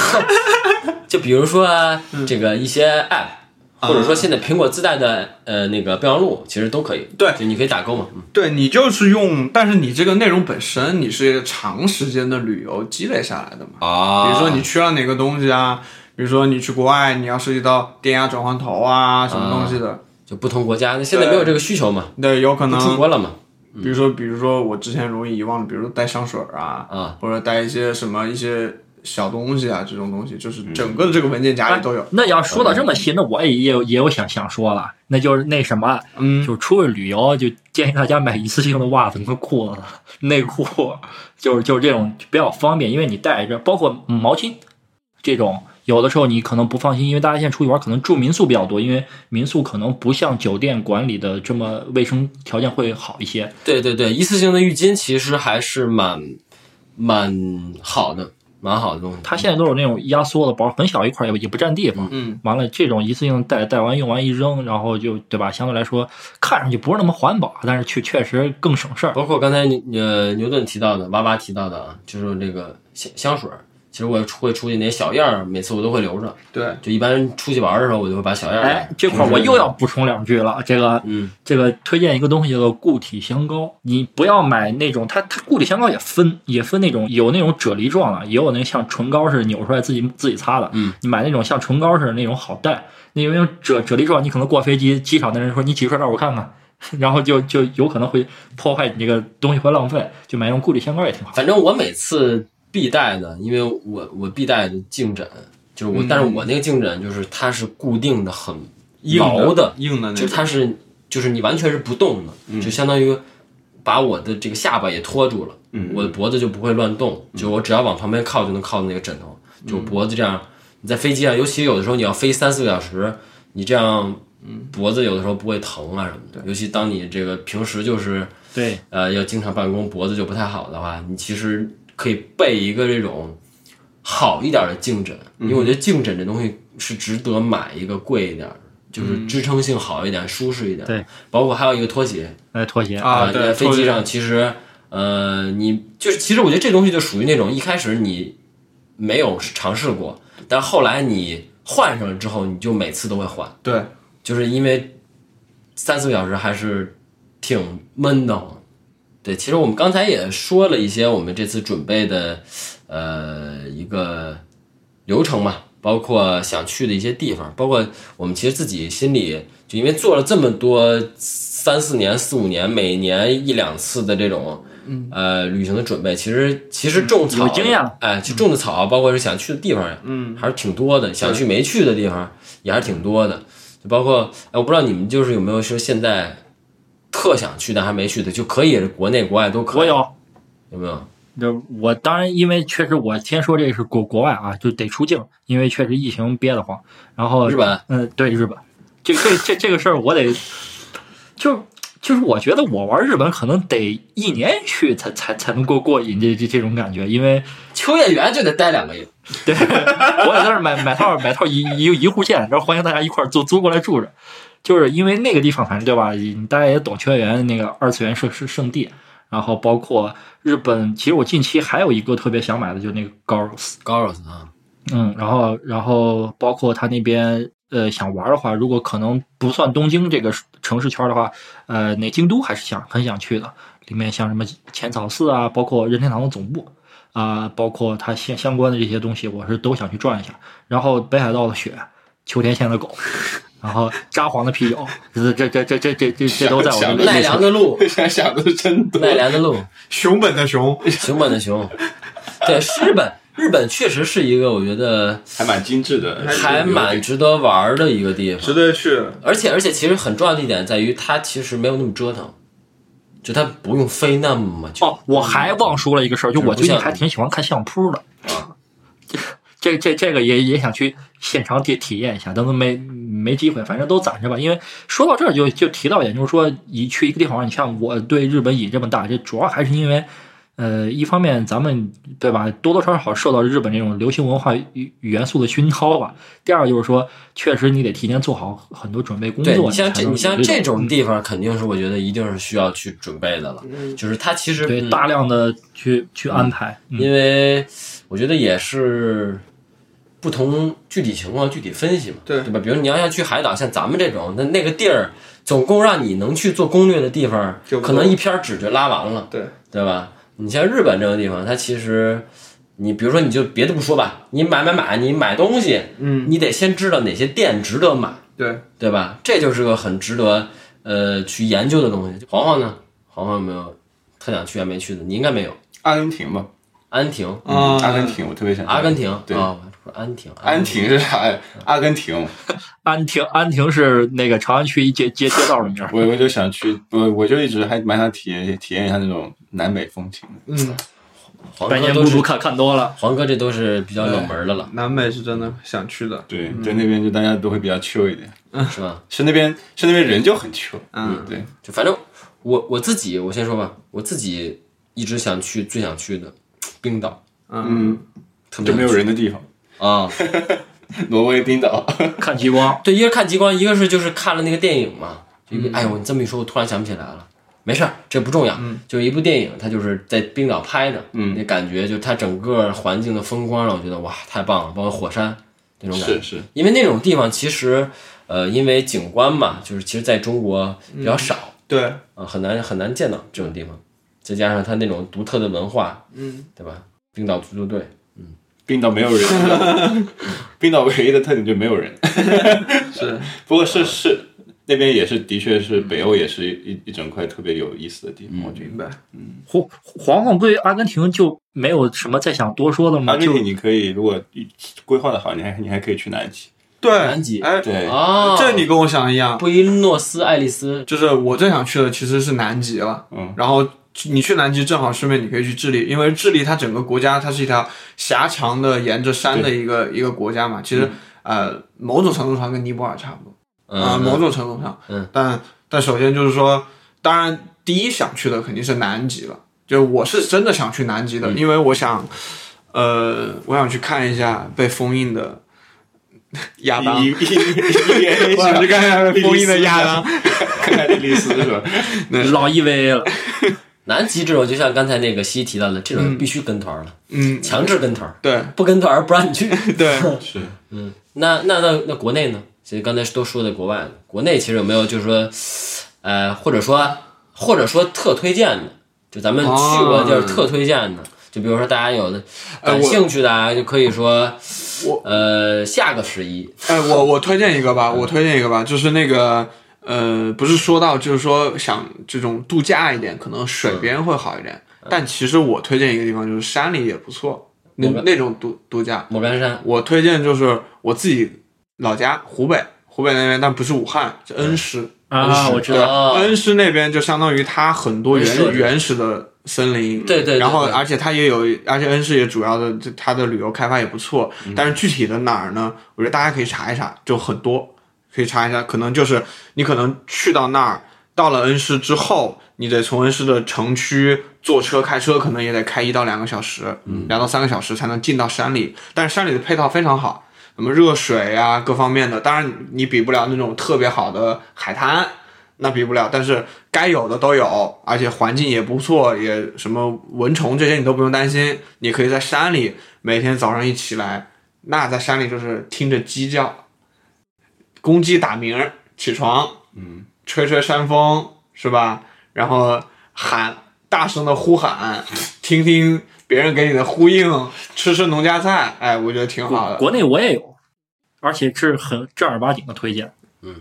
[SPEAKER 1] 就比如说、啊、这个一些 app，或者说现在苹果自带的呃那个备忘录，其实都可以。
[SPEAKER 4] 对
[SPEAKER 1] 就你可以打勾嘛。嗯
[SPEAKER 4] 对你就是用，但是你这个内容本身你是长时间的旅游积累下来的嘛。
[SPEAKER 1] 啊
[SPEAKER 4] 比如说你缺了哪个东西啊，比如说你去国外，你要涉及到电压转换头啊，什么东西的。
[SPEAKER 1] 就不同国家，那现在没有这个需求嘛，
[SPEAKER 4] 对，有可
[SPEAKER 1] 不出
[SPEAKER 4] 能，
[SPEAKER 1] 国了嘛。
[SPEAKER 4] 比如说，比如说我之前容易遗忘的，比如说带香水儿啊，
[SPEAKER 1] 啊
[SPEAKER 4] 或者带一些什么一些小东西啊，这种东西，就是整个的这个文件夹
[SPEAKER 1] 嗯
[SPEAKER 4] 里都有。
[SPEAKER 3] 那要说到这么细，那我也也有也有想想说了，那就是那什么，
[SPEAKER 4] 嗯，
[SPEAKER 3] 就是出去旅游就建议大家买一次性的袜子跟裤子、 内裤，就是就是这种比较方便，因为你带着，包括毛巾这种，有的时候你可能不放心，因为大家现在出去玩可能住民宿比较多，因为民宿可能不像酒店管理的这么卫生条件会好一些。
[SPEAKER 1] 对对对，一次性的浴巾其实还是蛮蛮好的，蛮好的东西。
[SPEAKER 3] 它现在都有那种压缩的包，很小一块，也不也不占地方。
[SPEAKER 4] 嗯，
[SPEAKER 3] 完了这种一次性带带完用完一扔，然后就对吧？相对来说看上去不是那么环保，但是确确实更省事儿。
[SPEAKER 1] 包括刚才你呃牛顿提到的，娃娃提到的啊，就是这个香香水儿，其实我也出会出去那些小样儿，每次我都会留着。
[SPEAKER 4] 对，
[SPEAKER 1] 就一般出去玩的时候，我就会把小样儿
[SPEAKER 3] 哎，这块儿我又要补充两句了。这个，
[SPEAKER 1] 嗯，
[SPEAKER 3] 这个推荐一个东西叫做固体香膏，你不要买那种它它固体香膏也分也分那种有那种啫喱状啊的，也有那个像唇膏似的扭出来自己自己擦的。
[SPEAKER 1] 嗯，
[SPEAKER 3] 你买那种像唇膏似的那种好带，那因为啫啫喱状，你可能过飞机机场的人说你挤出来让我看看， 然后就就有可能会破坏你这个东西会浪费，就买那种固体香膏也挺好。
[SPEAKER 1] 反正我每次必带的，因为我我必带的颈枕，就是
[SPEAKER 4] 嗯
[SPEAKER 1] 我，但是我那个颈枕就是它是固定的，很
[SPEAKER 4] 硬
[SPEAKER 1] 薄
[SPEAKER 4] 的，硬的那
[SPEAKER 1] 就
[SPEAKER 4] 种。嗯
[SPEAKER 1] 它是就是你完全是不动的，就相当于把我的这个下巴也托住了，
[SPEAKER 4] 嗯
[SPEAKER 1] 我的脖子就不会乱动，就我只要往旁边靠就能靠到那个枕头，就
[SPEAKER 4] 嗯
[SPEAKER 1] 脖子这样。你在飞机上，尤其有的时候你要飞三四个小时，你这样
[SPEAKER 4] 嗯
[SPEAKER 1] 脖子有的时候不会疼啊什么的。尤其当你这个平时就是
[SPEAKER 3] 对，
[SPEAKER 1] 呃要经常办公，脖子就不太好的话，你其实可以备一个这种好一点的颈枕，
[SPEAKER 4] 嗯
[SPEAKER 1] 因为我觉得颈枕这东西是值得买一个贵一点儿的，
[SPEAKER 4] 嗯
[SPEAKER 1] 就是支撑性好一点、舒适一点。
[SPEAKER 3] 对，
[SPEAKER 1] 包括还有一个拖鞋
[SPEAKER 3] 哎，拖鞋
[SPEAKER 4] 啊
[SPEAKER 1] 你
[SPEAKER 4] 对
[SPEAKER 1] 在飞
[SPEAKER 4] 拖
[SPEAKER 1] 机
[SPEAKER 4] 鞋
[SPEAKER 1] 上其实呃，你就是其实我觉得这东西就属于那种一开始你没有尝试过，但后来你换上了之后，你就每次都会换，
[SPEAKER 4] 对，
[SPEAKER 1] 就是因为三四个小时还是挺闷的慌。对，其实我们刚才也说了一些我们这次准备的，呃，一个流程嘛，包括想去的一些地方，包括我们其实自己心里就因为做了这么多三四年、四五年，每年一两次的这种，呃，旅行的准备，其实其实种草、
[SPEAKER 3] 嗯有经验了，
[SPEAKER 1] 哎，就种的草，包括是想去的地方，嗯，还是挺多的，想去没去的地方也还是挺多的，就包括哎，我不知道你们就是有没有说现在特想去但还没去的，就可以是国内国外都可以，
[SPEAKER 3] 我有。
[SPEAKER 1] 有没有？
[SPEAKER 3] 就我当然，因为确实我先说这是国国外啊，就得出境，因为确实疫情憋得慌。然后
[SPEAKER 1] 日本，
[SPEAKER 3] 嗯、对日本，这这这这个事儿我得就。就是我觉得我玩日本可能得一年去才才才能过过瘾这这这种感觉，因为
[SPEAKER 1] 秋叶原就得待两个月。
[SPEAKER 3] 对，我也在那儿买买套买套一一一户建，然后欢迎大家一块儿租租过来住着。就是因为那个地方，反正对吧？大家也懂秋叶原那个二次元圣圣圣地，然后包括日本。其实我近期还有一个特别想买的，就是那个 Goros。
[SPEAKER 1] Goros 啊，
[SPEAKER 3] 嗯，然后然后包括他那边。呃，想玩的话，如果可能不算东京这个城市圈的话，呃，那京都还是想很想去的。里面像什么浅草寺啊，包括任天堂的总部啊、呃，包括它相相关的这些东西，我是都想去转一下。然后北海道的雪，秋田县的狗， 然后札幌的啤酒，这这这这这这这这都在 我
[SPEAKER 1] 嗯
[SPEAKER 3] 的
[SPEAKER 1] 奈良的鹿，
[SPEAKER 2] 想想的是真多。
[SPEAKER 1] 奈良的鹿，
[SPEAKER 4] 熊本的熊，
[SPEAKER 1] 熊本的熊，对，日本。日本确实是一个，我觉得
[SPEAKER 2] 还蛮精致的，
[SPEAKER 1] 还蛮值得玩的一个地方，
[SPEAKER 4] 值得去。
[SPEAKER 1] 而且而且，其实很重要的一点在于，它其实没有那么折腾，就它不用飞那么久。
[SPEAKER 3] 哦，我还忘说了一个事儿，就我最近还挺喜欢看相扑的啊，这这这个也也想去现场体体验一下，但是没没机会，反正都攒着吧。因为说到这儿就就提到一点，就是说一去一个地方，你像我对日本瘾这么大，这主要还是因为。呃，一方面咱们对吧，多多少少受到日本这种流行文化元素的熏陶吧。第二就是说，确实你得提前做好很多准备工作。
[SPEAKER 1] 你像这，你像这种地方，肯定是我觉得一定是需要去准备的了。嗯、就是它其实
[SPEAKER 3] 对大量的去、嗯、去安排，
[SPEAKER 1] 嗯、因为我觉得也是不同具体情况具体分析嘛，对
[SPEAKER 4] 对
[SPEAKER 1] 吧？比如你要要去海岛，像咱们这种，那那个地儿总共让你能去做攻略的地方，可能一篇纸就拉完了，
[SPEAKER 4] 对
[SPEAKER 1] 对吧？你像日本这个地方，它其实，你比如说，你就别的不说吧，你买买买，你买东西，
[SPEAKER 4] 嗯，
[SPEAKER 1] 你得先知道哪些店值得买，
[SPEAKER 4] 对
[SPEAKER 1] 对吧？这就是个很值得呃去研究的东西。黄黄呢？黄黄有没有特想去啊还没去的？你应该没有。
[SPEAKER 2] 阿根廷吧，
[SPEAKER 1] 安婷，
[SPEAKER 2] 嗯，阿根廷，我特别想。
[SPEAKER 1] 阿根廷，
[SPEAKER 2] 对，
[SPEAKER 1] 哦、安婷，
[SPEAKER 2] 安婷是啥呀？阿根廷，
[SPEAKER 3] 安婷，安婷是那个长安区一街街街道的名儿。
[SPEAKER 2] 我我就想去，我我就一直还蛮想体验体验一下那种。南北风情，
[SPEAKER 4] 嗯，
[SPEAKER 3] 百年孤独看看多了，
[SPEAKER 1] 黄哥这都是比较冷门的了。
[SPEAKER 4] 南美是真的想去的，
[SPEAKER 2] 对，在那边就大家都会比较 chill 一点，
[SPEAKER 1] 嗯，是吧？
[SPEAKER 2] 是那边是那边人就很 chill，
[SPEAKER 4] 嗯，
[SPEAKER 2] 对，
[SPEAKER 1] 就反正我我自己，我先说吧，我自己一直想去最想去的冰岛，
[SPEAKER 4] 嗯，
[SPEAKER 1] 特
[SPEAKER 2] 别没有人的地方
[SPEAKER 1] 啊，
[SPEAKER 2] 挪威冰岛
[SPEAKER 3] 看极光，
[SPEAKER 1] 对，一个是看极光，一个是就是看了那个电影嘛，因为哎呦，你这么一说，我突然想不起来了。没事儿，这不重要。
[SPEAKER 4] 嗯，
[SPEAKER 1] 就是一部电影，它就是在冰岛拍的，
[SPEAKER 2] 嗯，
[SPEAKER 1] 那感觉就它整个环境的风光让我觉得哇，太棒了，包括火山那种感觉。
[SPEAKER 2] 是是，
[SPEAKER 1] 因为那种地方其实，呃，因为景观嘛，就是其实在中国比较少，嗯、
[SPEAKER 4] 对，
[SPEAKER 1] 啊、呃，很难很难见到这种地方，再加上它那种独特的文化，
[SPEAKER 4] 嗯，
[SPEAKER 1] 对吧？冰岛足球队，
[SPEAKER 2] 嗯， 冰岛没有人，冰岛唯一的特点就没有人，
[SPEAKER 1] 嗯
[SPEAKER 4] 是，
[SPEAKER 2] 不过是是。那边也是，的确是北欧，也是一一整块特别有意思的地方。我觉
[SPEAKER 4] 得，
[SPEAKER 2] 嗯，
[SPEAKER 3] 黄黄黄对阿根廷就没有什么再想多说的吗？
[SPEAKER 2] 阿根啊廷你可以，如果规划的好，你还你还可以去南极。
[SPEAKER 4] 对，
[SPEAKER 1] 南极，
[SPEAKER 4] 哎，
[SPEAKER 2] 对
[SPEAKER 1] 啊，
[SPEAKER 4] 这你跟我想的一样。
[SPEAKER 1] 布宜诺斯艾利斯，
[SPEAKER 4] 就是我最想去的其实是南极了。
[SPEAKER 2] 嗯，
[SPEAKER 4] 然后你去南极正好顺便你可以去智利，因为智利它整个国家它是一条狭长的沿着山的一个一个国家嘛。
[SPEAKER 1] 嗯
[SPEAKER 4] 其实呃，某种程度上跟尼泊尔差不多。啊、呃，某种程度上，
[SPEAKER 1] 嗯，
[SPEAKER 4] 但但首先就是说，当然第一想去的肯定是南极了，就我是真的想去南极的，
[SPEAKER 1] 嗯、
[SPEAKER 4] 因为我想，呃，我想去看一下被封印的 亚 当， 我想去看一下被封印的亚当，
[SPEAKER 2] 看看莉莉丝是吧？
[SPEAKER 3] 老 EVA 了。
[SPEAKER 1] 南极这种，就像刚才那个西提到的，这种必须跟团了，
[SPEAKER 4] 嗯，
[SPEAKER 1] 强制跟团，
[SPEAKER 4] 对，
[SPEAKER 1] 不跟团不让你去，
[SPEAKER 4] 对，
[SPEAKER 2] 是，
[SPEAKER 1] 嗯，那 那那那国内呢？其实刚才都说的国外的，国内其实有没有就是说，呃，或者说或者说特推荐的，就咱们去过的地儿特推荐的，就比如说大家有的感兴趣的啊，就可以说，
[SPEAKER 4] 哎我
[SPEAKER 1] 呃下个十一，
[SPEAKER 4] 哎，我我推荐一个吧，我推荐一个吧，就是那个呃，不是说到就是说想这种度假一点，可能水边会好一点，但其实我推荐一个地方就是山里也不错，那那种度度假，
[SPEAKER 1] 莫干山，
[SPEAKER 4] 我推荐就是我自己。老家湖北，湖北那边，但不是武汉，是恩施
[SPEAKER 3] 啊，我知
[SPEAKER 1] 道
[SPEAKER 4] 恩施那边就相当于它很多原原始的森林，
[SPEAKER 1] 对对，
[SPEAKER 4] 然后而且它也有，而且恩施也主要的
[SPEAKER 1] 嗯
[SPEAKER 4] 它的旅游开发也不错，但是具体的哪儿呢？我觉得大家可以查一查，就很多，可以查一下，可能就是你可能去到那儿，到了恩施之后，你得从恩施的城区坐车开车，可能也得开一到两个小时，
[SPEAKER 1] 嗯
[SPEAKER 4] 两到三个小时才能进到山里。但是山里的配套非常好，什么热水啊，各方面的，当然你比不了那种特别好的海滩。那比不了，但是该有的都有，而且环境也不错，也什么蚊虫这些你都不用担心。你可以在山里每天早上一起来，那在山里就是听着鸡叫，公鸡打鸣儿起床，嗯，吹吹山风是吧？然后喊大声的呼喊，听听别人给你的呼应，吃吃农家菜，哎，我觉得挺好
[SPEAKER 3] 国
[SPEAKER 4] 的。
[SPEAKER 3] 国内我也有，而且这是很正儿八经的推荐。
[SPEAKER 1] 嗯，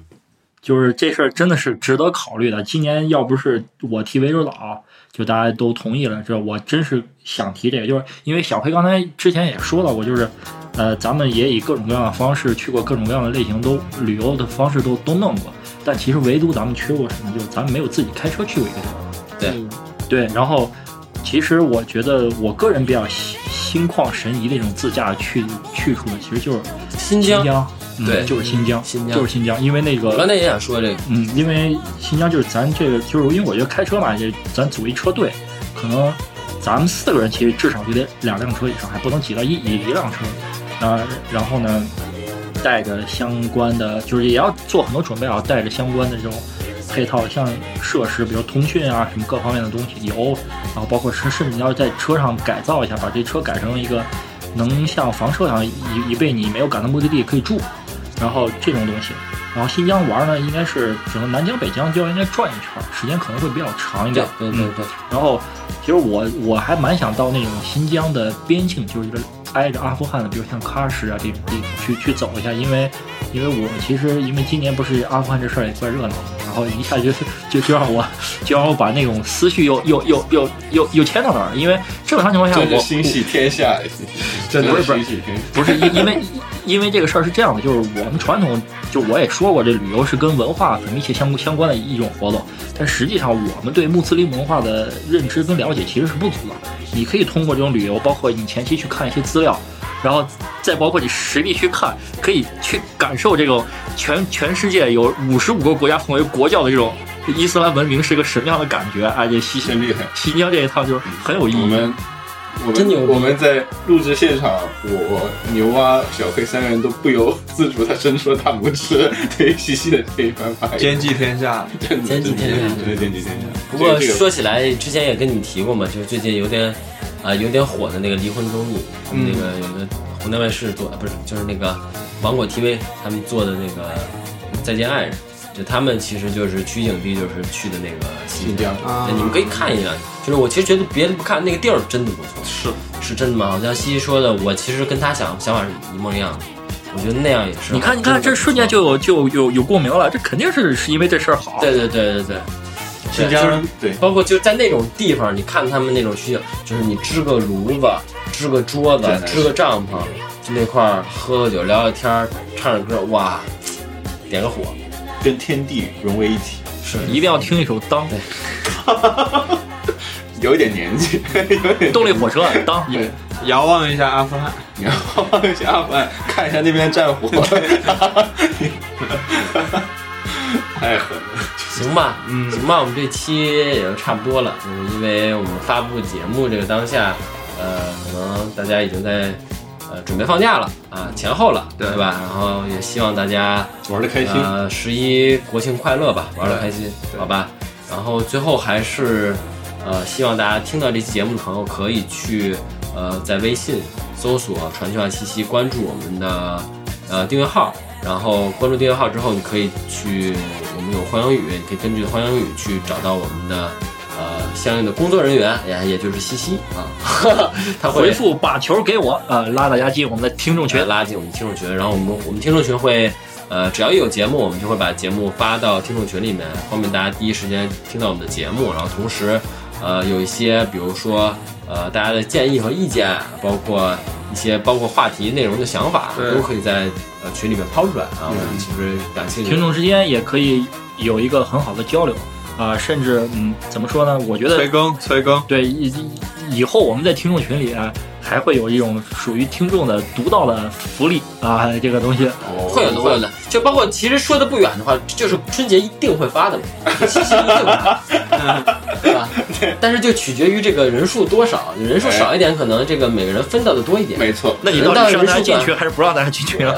[SPEAKER 3] 就是这事儿真的是值得考虑的。今年要不是我提为主导，就大家都同意了，这我真是想提这个，就是因为小黑刚才之前也说了，我就是。呃，咱们也以各种各样的方式去过各种各样的类型都旅游的方式都都弄过，但其实唯独咱们缺过什么，就是咱们没有自己开车去过一个地方。
[SPEAKER 1] 对
[SPEAKER 3] 对，然后其实我觉得我个人比较心心旷神怡的一种自驾去去处呢，其实就是
[SPEAKER 1] 新
[SPEAKER 3] 新
[SPEAKER 1] 疆，
[SPEAKER 3] 疆，嗯
[SPEAKER 1] 对
[SPEAKER 3] 就是新疆，
[SPEAKER 1] 新疆
[SPEAKER 3] 就是新疆，因为那
[SPEAKER 1] 我刚
[SPEAKER 3] 个。
[SPEAKER 1] 才也想说这个，
[SPEAKER 3] 嗯，因为新疆就是咱这个，就是因为我觉得开车嘛，也咱组一车队，可能咱们四个人其实至少就得两辆车以上，还不能挤到一一一辆车。啊、然后呢，带着相关的，就是也要做很多准备啊，带着相关的这种配套，像设施，比如通讯啊什么各方面的东西，油，然后包括甚甚至你要在车上改造一下，把这车改成一个能像房车一样，以以备你没有赶到目的地可以住，然后这种东西。然后新疆玩呢，应该是整个南疆、北疆就要应该转一圈儿，时间可能会比较长一
[SPEAKER 1] 对
[SPEAKER 3] 点。
[SPEAKER 1] 对
[SPEAKER 3] 嗯
[SPEAKER 1] 对对，
[SPEAKER 3] 然后其实我我还蛮想到那种新疆的边境，就是挨着阿富汗的，比如像喀什啊这种地方去去走一下，因为因为我其实因为今年不是阿富汗这事儿也怪热闹的，然后一下就就就让我就让我把那种思绪又又又又又又牵到那儿了，因为正常情况下
[SPEAKER 2] 这
[SPEAKER 3] 我
[SPEAKER 2] 是心系天下，真的心系天下。
[SPEAKER 3] 不是因因为因为这个事儿是这样的，就是我们传统，就我也说过，这旅游是跟文化很密切相相关的一种活动。但实际上，我们对穆斯林文化的认知跟了解其实是不足的。你可以通过这种旅游，包括你前期去看一些资料，然后再包括你实地去看，可以去感受这种全全世界有五十五个国家同为国教的这种伊斯兰文明是个什么样的感觉啊！这西
[SPEAKER 2] 真厉害
[SPEAKER 3] 新疆这一趟就是很有意
[SPEAKER 2] 我
[SPEAKER 3] 义。
[SPEAKER 2] 们我们
[SPEAKER 1] 真牛逼
[SPEAKER 2] 我们在录制现场，我我牛蛙小黑三个人都不由自主地伸出了大拇指， 对于西西的这一番发言，
[SPEAKER 4] 兼济天下，
[SPEAKER 2] 真的
[SPEAKER 1] 兼济天下
[SPEAKER 2] 真的兼济天下。
[SPEAKER 1] 不过
[SPEAKER 2] 这个
[SPEAKER 1] 说起来，之前也跟你提过嘛，就是最近有点啊、有点火的那个《离婚中女》，他们那个
[SPEAKER 3] 嗯
[SPEAKER 1] 有个湖南卫视做，不是就是那个芒果 TV 他们做的那个《再见爱人》，就他们其实就是取景地就是去的那个新
[SPEAKER 2] 新疆
[SPEAKER 4] 啊
[SPEAKER 1] 对你们可以看一眼。就是我其实觉得别的不看，那个地儿真的不错，
[SPEAKER 4] 是
[SPEAKER 1] 是真的吗？好像西西说的，我其实跟他想想法是一模一样的，我觉得那样也是。
[SPEAKER 3] 你看，你
[SPEAKER 1] 真的
[SPEAKER 3] 看，
[SPEAKER 1] 不错
[SPEAKER 3] 这瞬间就有就有有共鸣了，这肯定是是因为这事儿好。
[SPEAKER 1] 对对对对对，
[SPEAKER 2] 新
[SPEAKER 1] 对
[SPEAKER 2] 疆
[SPEAKER 1] 就是
[SPEAKER 2] 对
[SPEAKER 1] 包括就在那种地方，你看他们那种需要，就是你支个炉子、支个桌子
[SPEAKER 2] 真、的是
[SPEAKER 1] 支个帐篷，就那块儿喝喝酒、聊聊天儿、唱唱歌，哇，点个火，
[SPEAKER 2] 跟天地融为一体，
[SPEAKER 1] 是
[SPEAKER 3] 一定要听一首《当
[SPEAKER 2] 有点年纪， 有点
[SPEAKER 3] 动力火车》《当》
[SPEAKER 2] 对
[SPEAKER 4] 遥望一下阿富汗，
[SPEAKER 2] 你要下班看一下那边的战火， 太狠了。
[SPEAKER 1] 行吧，嗯，行吧，我们这期也就差不多了，就是因为我们发布节目这个当下，呃，可能大家已经在呃准备放假了啊，前后了，对吧？然后也希望大家。
[SPEAKER 2] 玩的开心，
[SPEAKER 1] 呃，十一国庆快乐吧，玩的开心，好吧。然后最后还是，呃，希望大家听到这期节目的朋友可以去，呃，在微信搜索“传讯啊七夕”，关注我们的呃订阅号。然后关注订阅号之后，你可以去我们有欢迎语，你可以根据欢迎语去找到我们的呃相应的工作人员，也也就是西西啊， 他会
[SPEAKER 3] 回复“把球给我”，呃，拉大家进我们的听众群
[SPEAKER 1] 群。哎拉进我们听众群，然后我们我们听众群会，呃，只要一有节目，我们就会把节目发到听众群里面，方便大家第一时间听到我们的节目。然后同时，呃，有一些比如说呃大家的建议和意见，包括一些包括话题内容的想法，
[SPEAKER 4] 对
[SPEAKER 1] 都可以在呃群里面抛出来啊。我们其实感兴趣
[SPEAKER 3] 听，众之间也可以有一个很好的交流啊、甚至嗯，怎么说呢？我觉得
[SPEAKER 4] 催更催更，
[SPEAKER 3] 对以以以后我们在听众群里啊，还会有一种属于听众的独到的福利啊，这个东西。
[SPEAKER 2] 哦
[SPEAKER 1] 会有的，会有的。就包括其实说的不远的话，就是春节一定会发的嘛，七夕一定 发，嗯对吧？但是就取决于这个人数多少，人数少一点，可能这个每个人分到的多一点。
[SPEAKER 2] 没错，
[SPEAKER 3] 那你到底是让大家进群还是不让大家进群啊？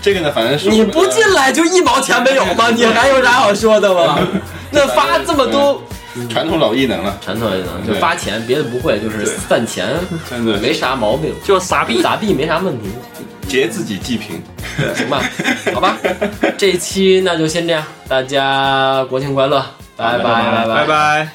[SPEAKER 2] 这个呢，反正是
[SPEAKER 1] 你不进来就一毛钱没有吗？你还有啥好说的吗？ 那发这么多，
[SPEAKER 2] 传统老艺能了，
[SPEAKER 1] 传统也能就
[SPEAKER 2] 对
[SPEAKER 1] 发钱，别的不会，就是散钱，
[SPEAKER 2] 真的
[SPEAKER 1] 没啥毛病，
[SPEAKER 3] 就傻逼，
[SPEAKER 1] 咋地没啥问题，
[SPEAKER 2] 截自己祭品，
[SPEAKER 1] 行吧？ 好吧，这一期那就先这样，大家国庆快乐，拜拜
[SPEAKER 4] 拜
[SPEAKER 1] 拜
[SPEAKER 4] 拜。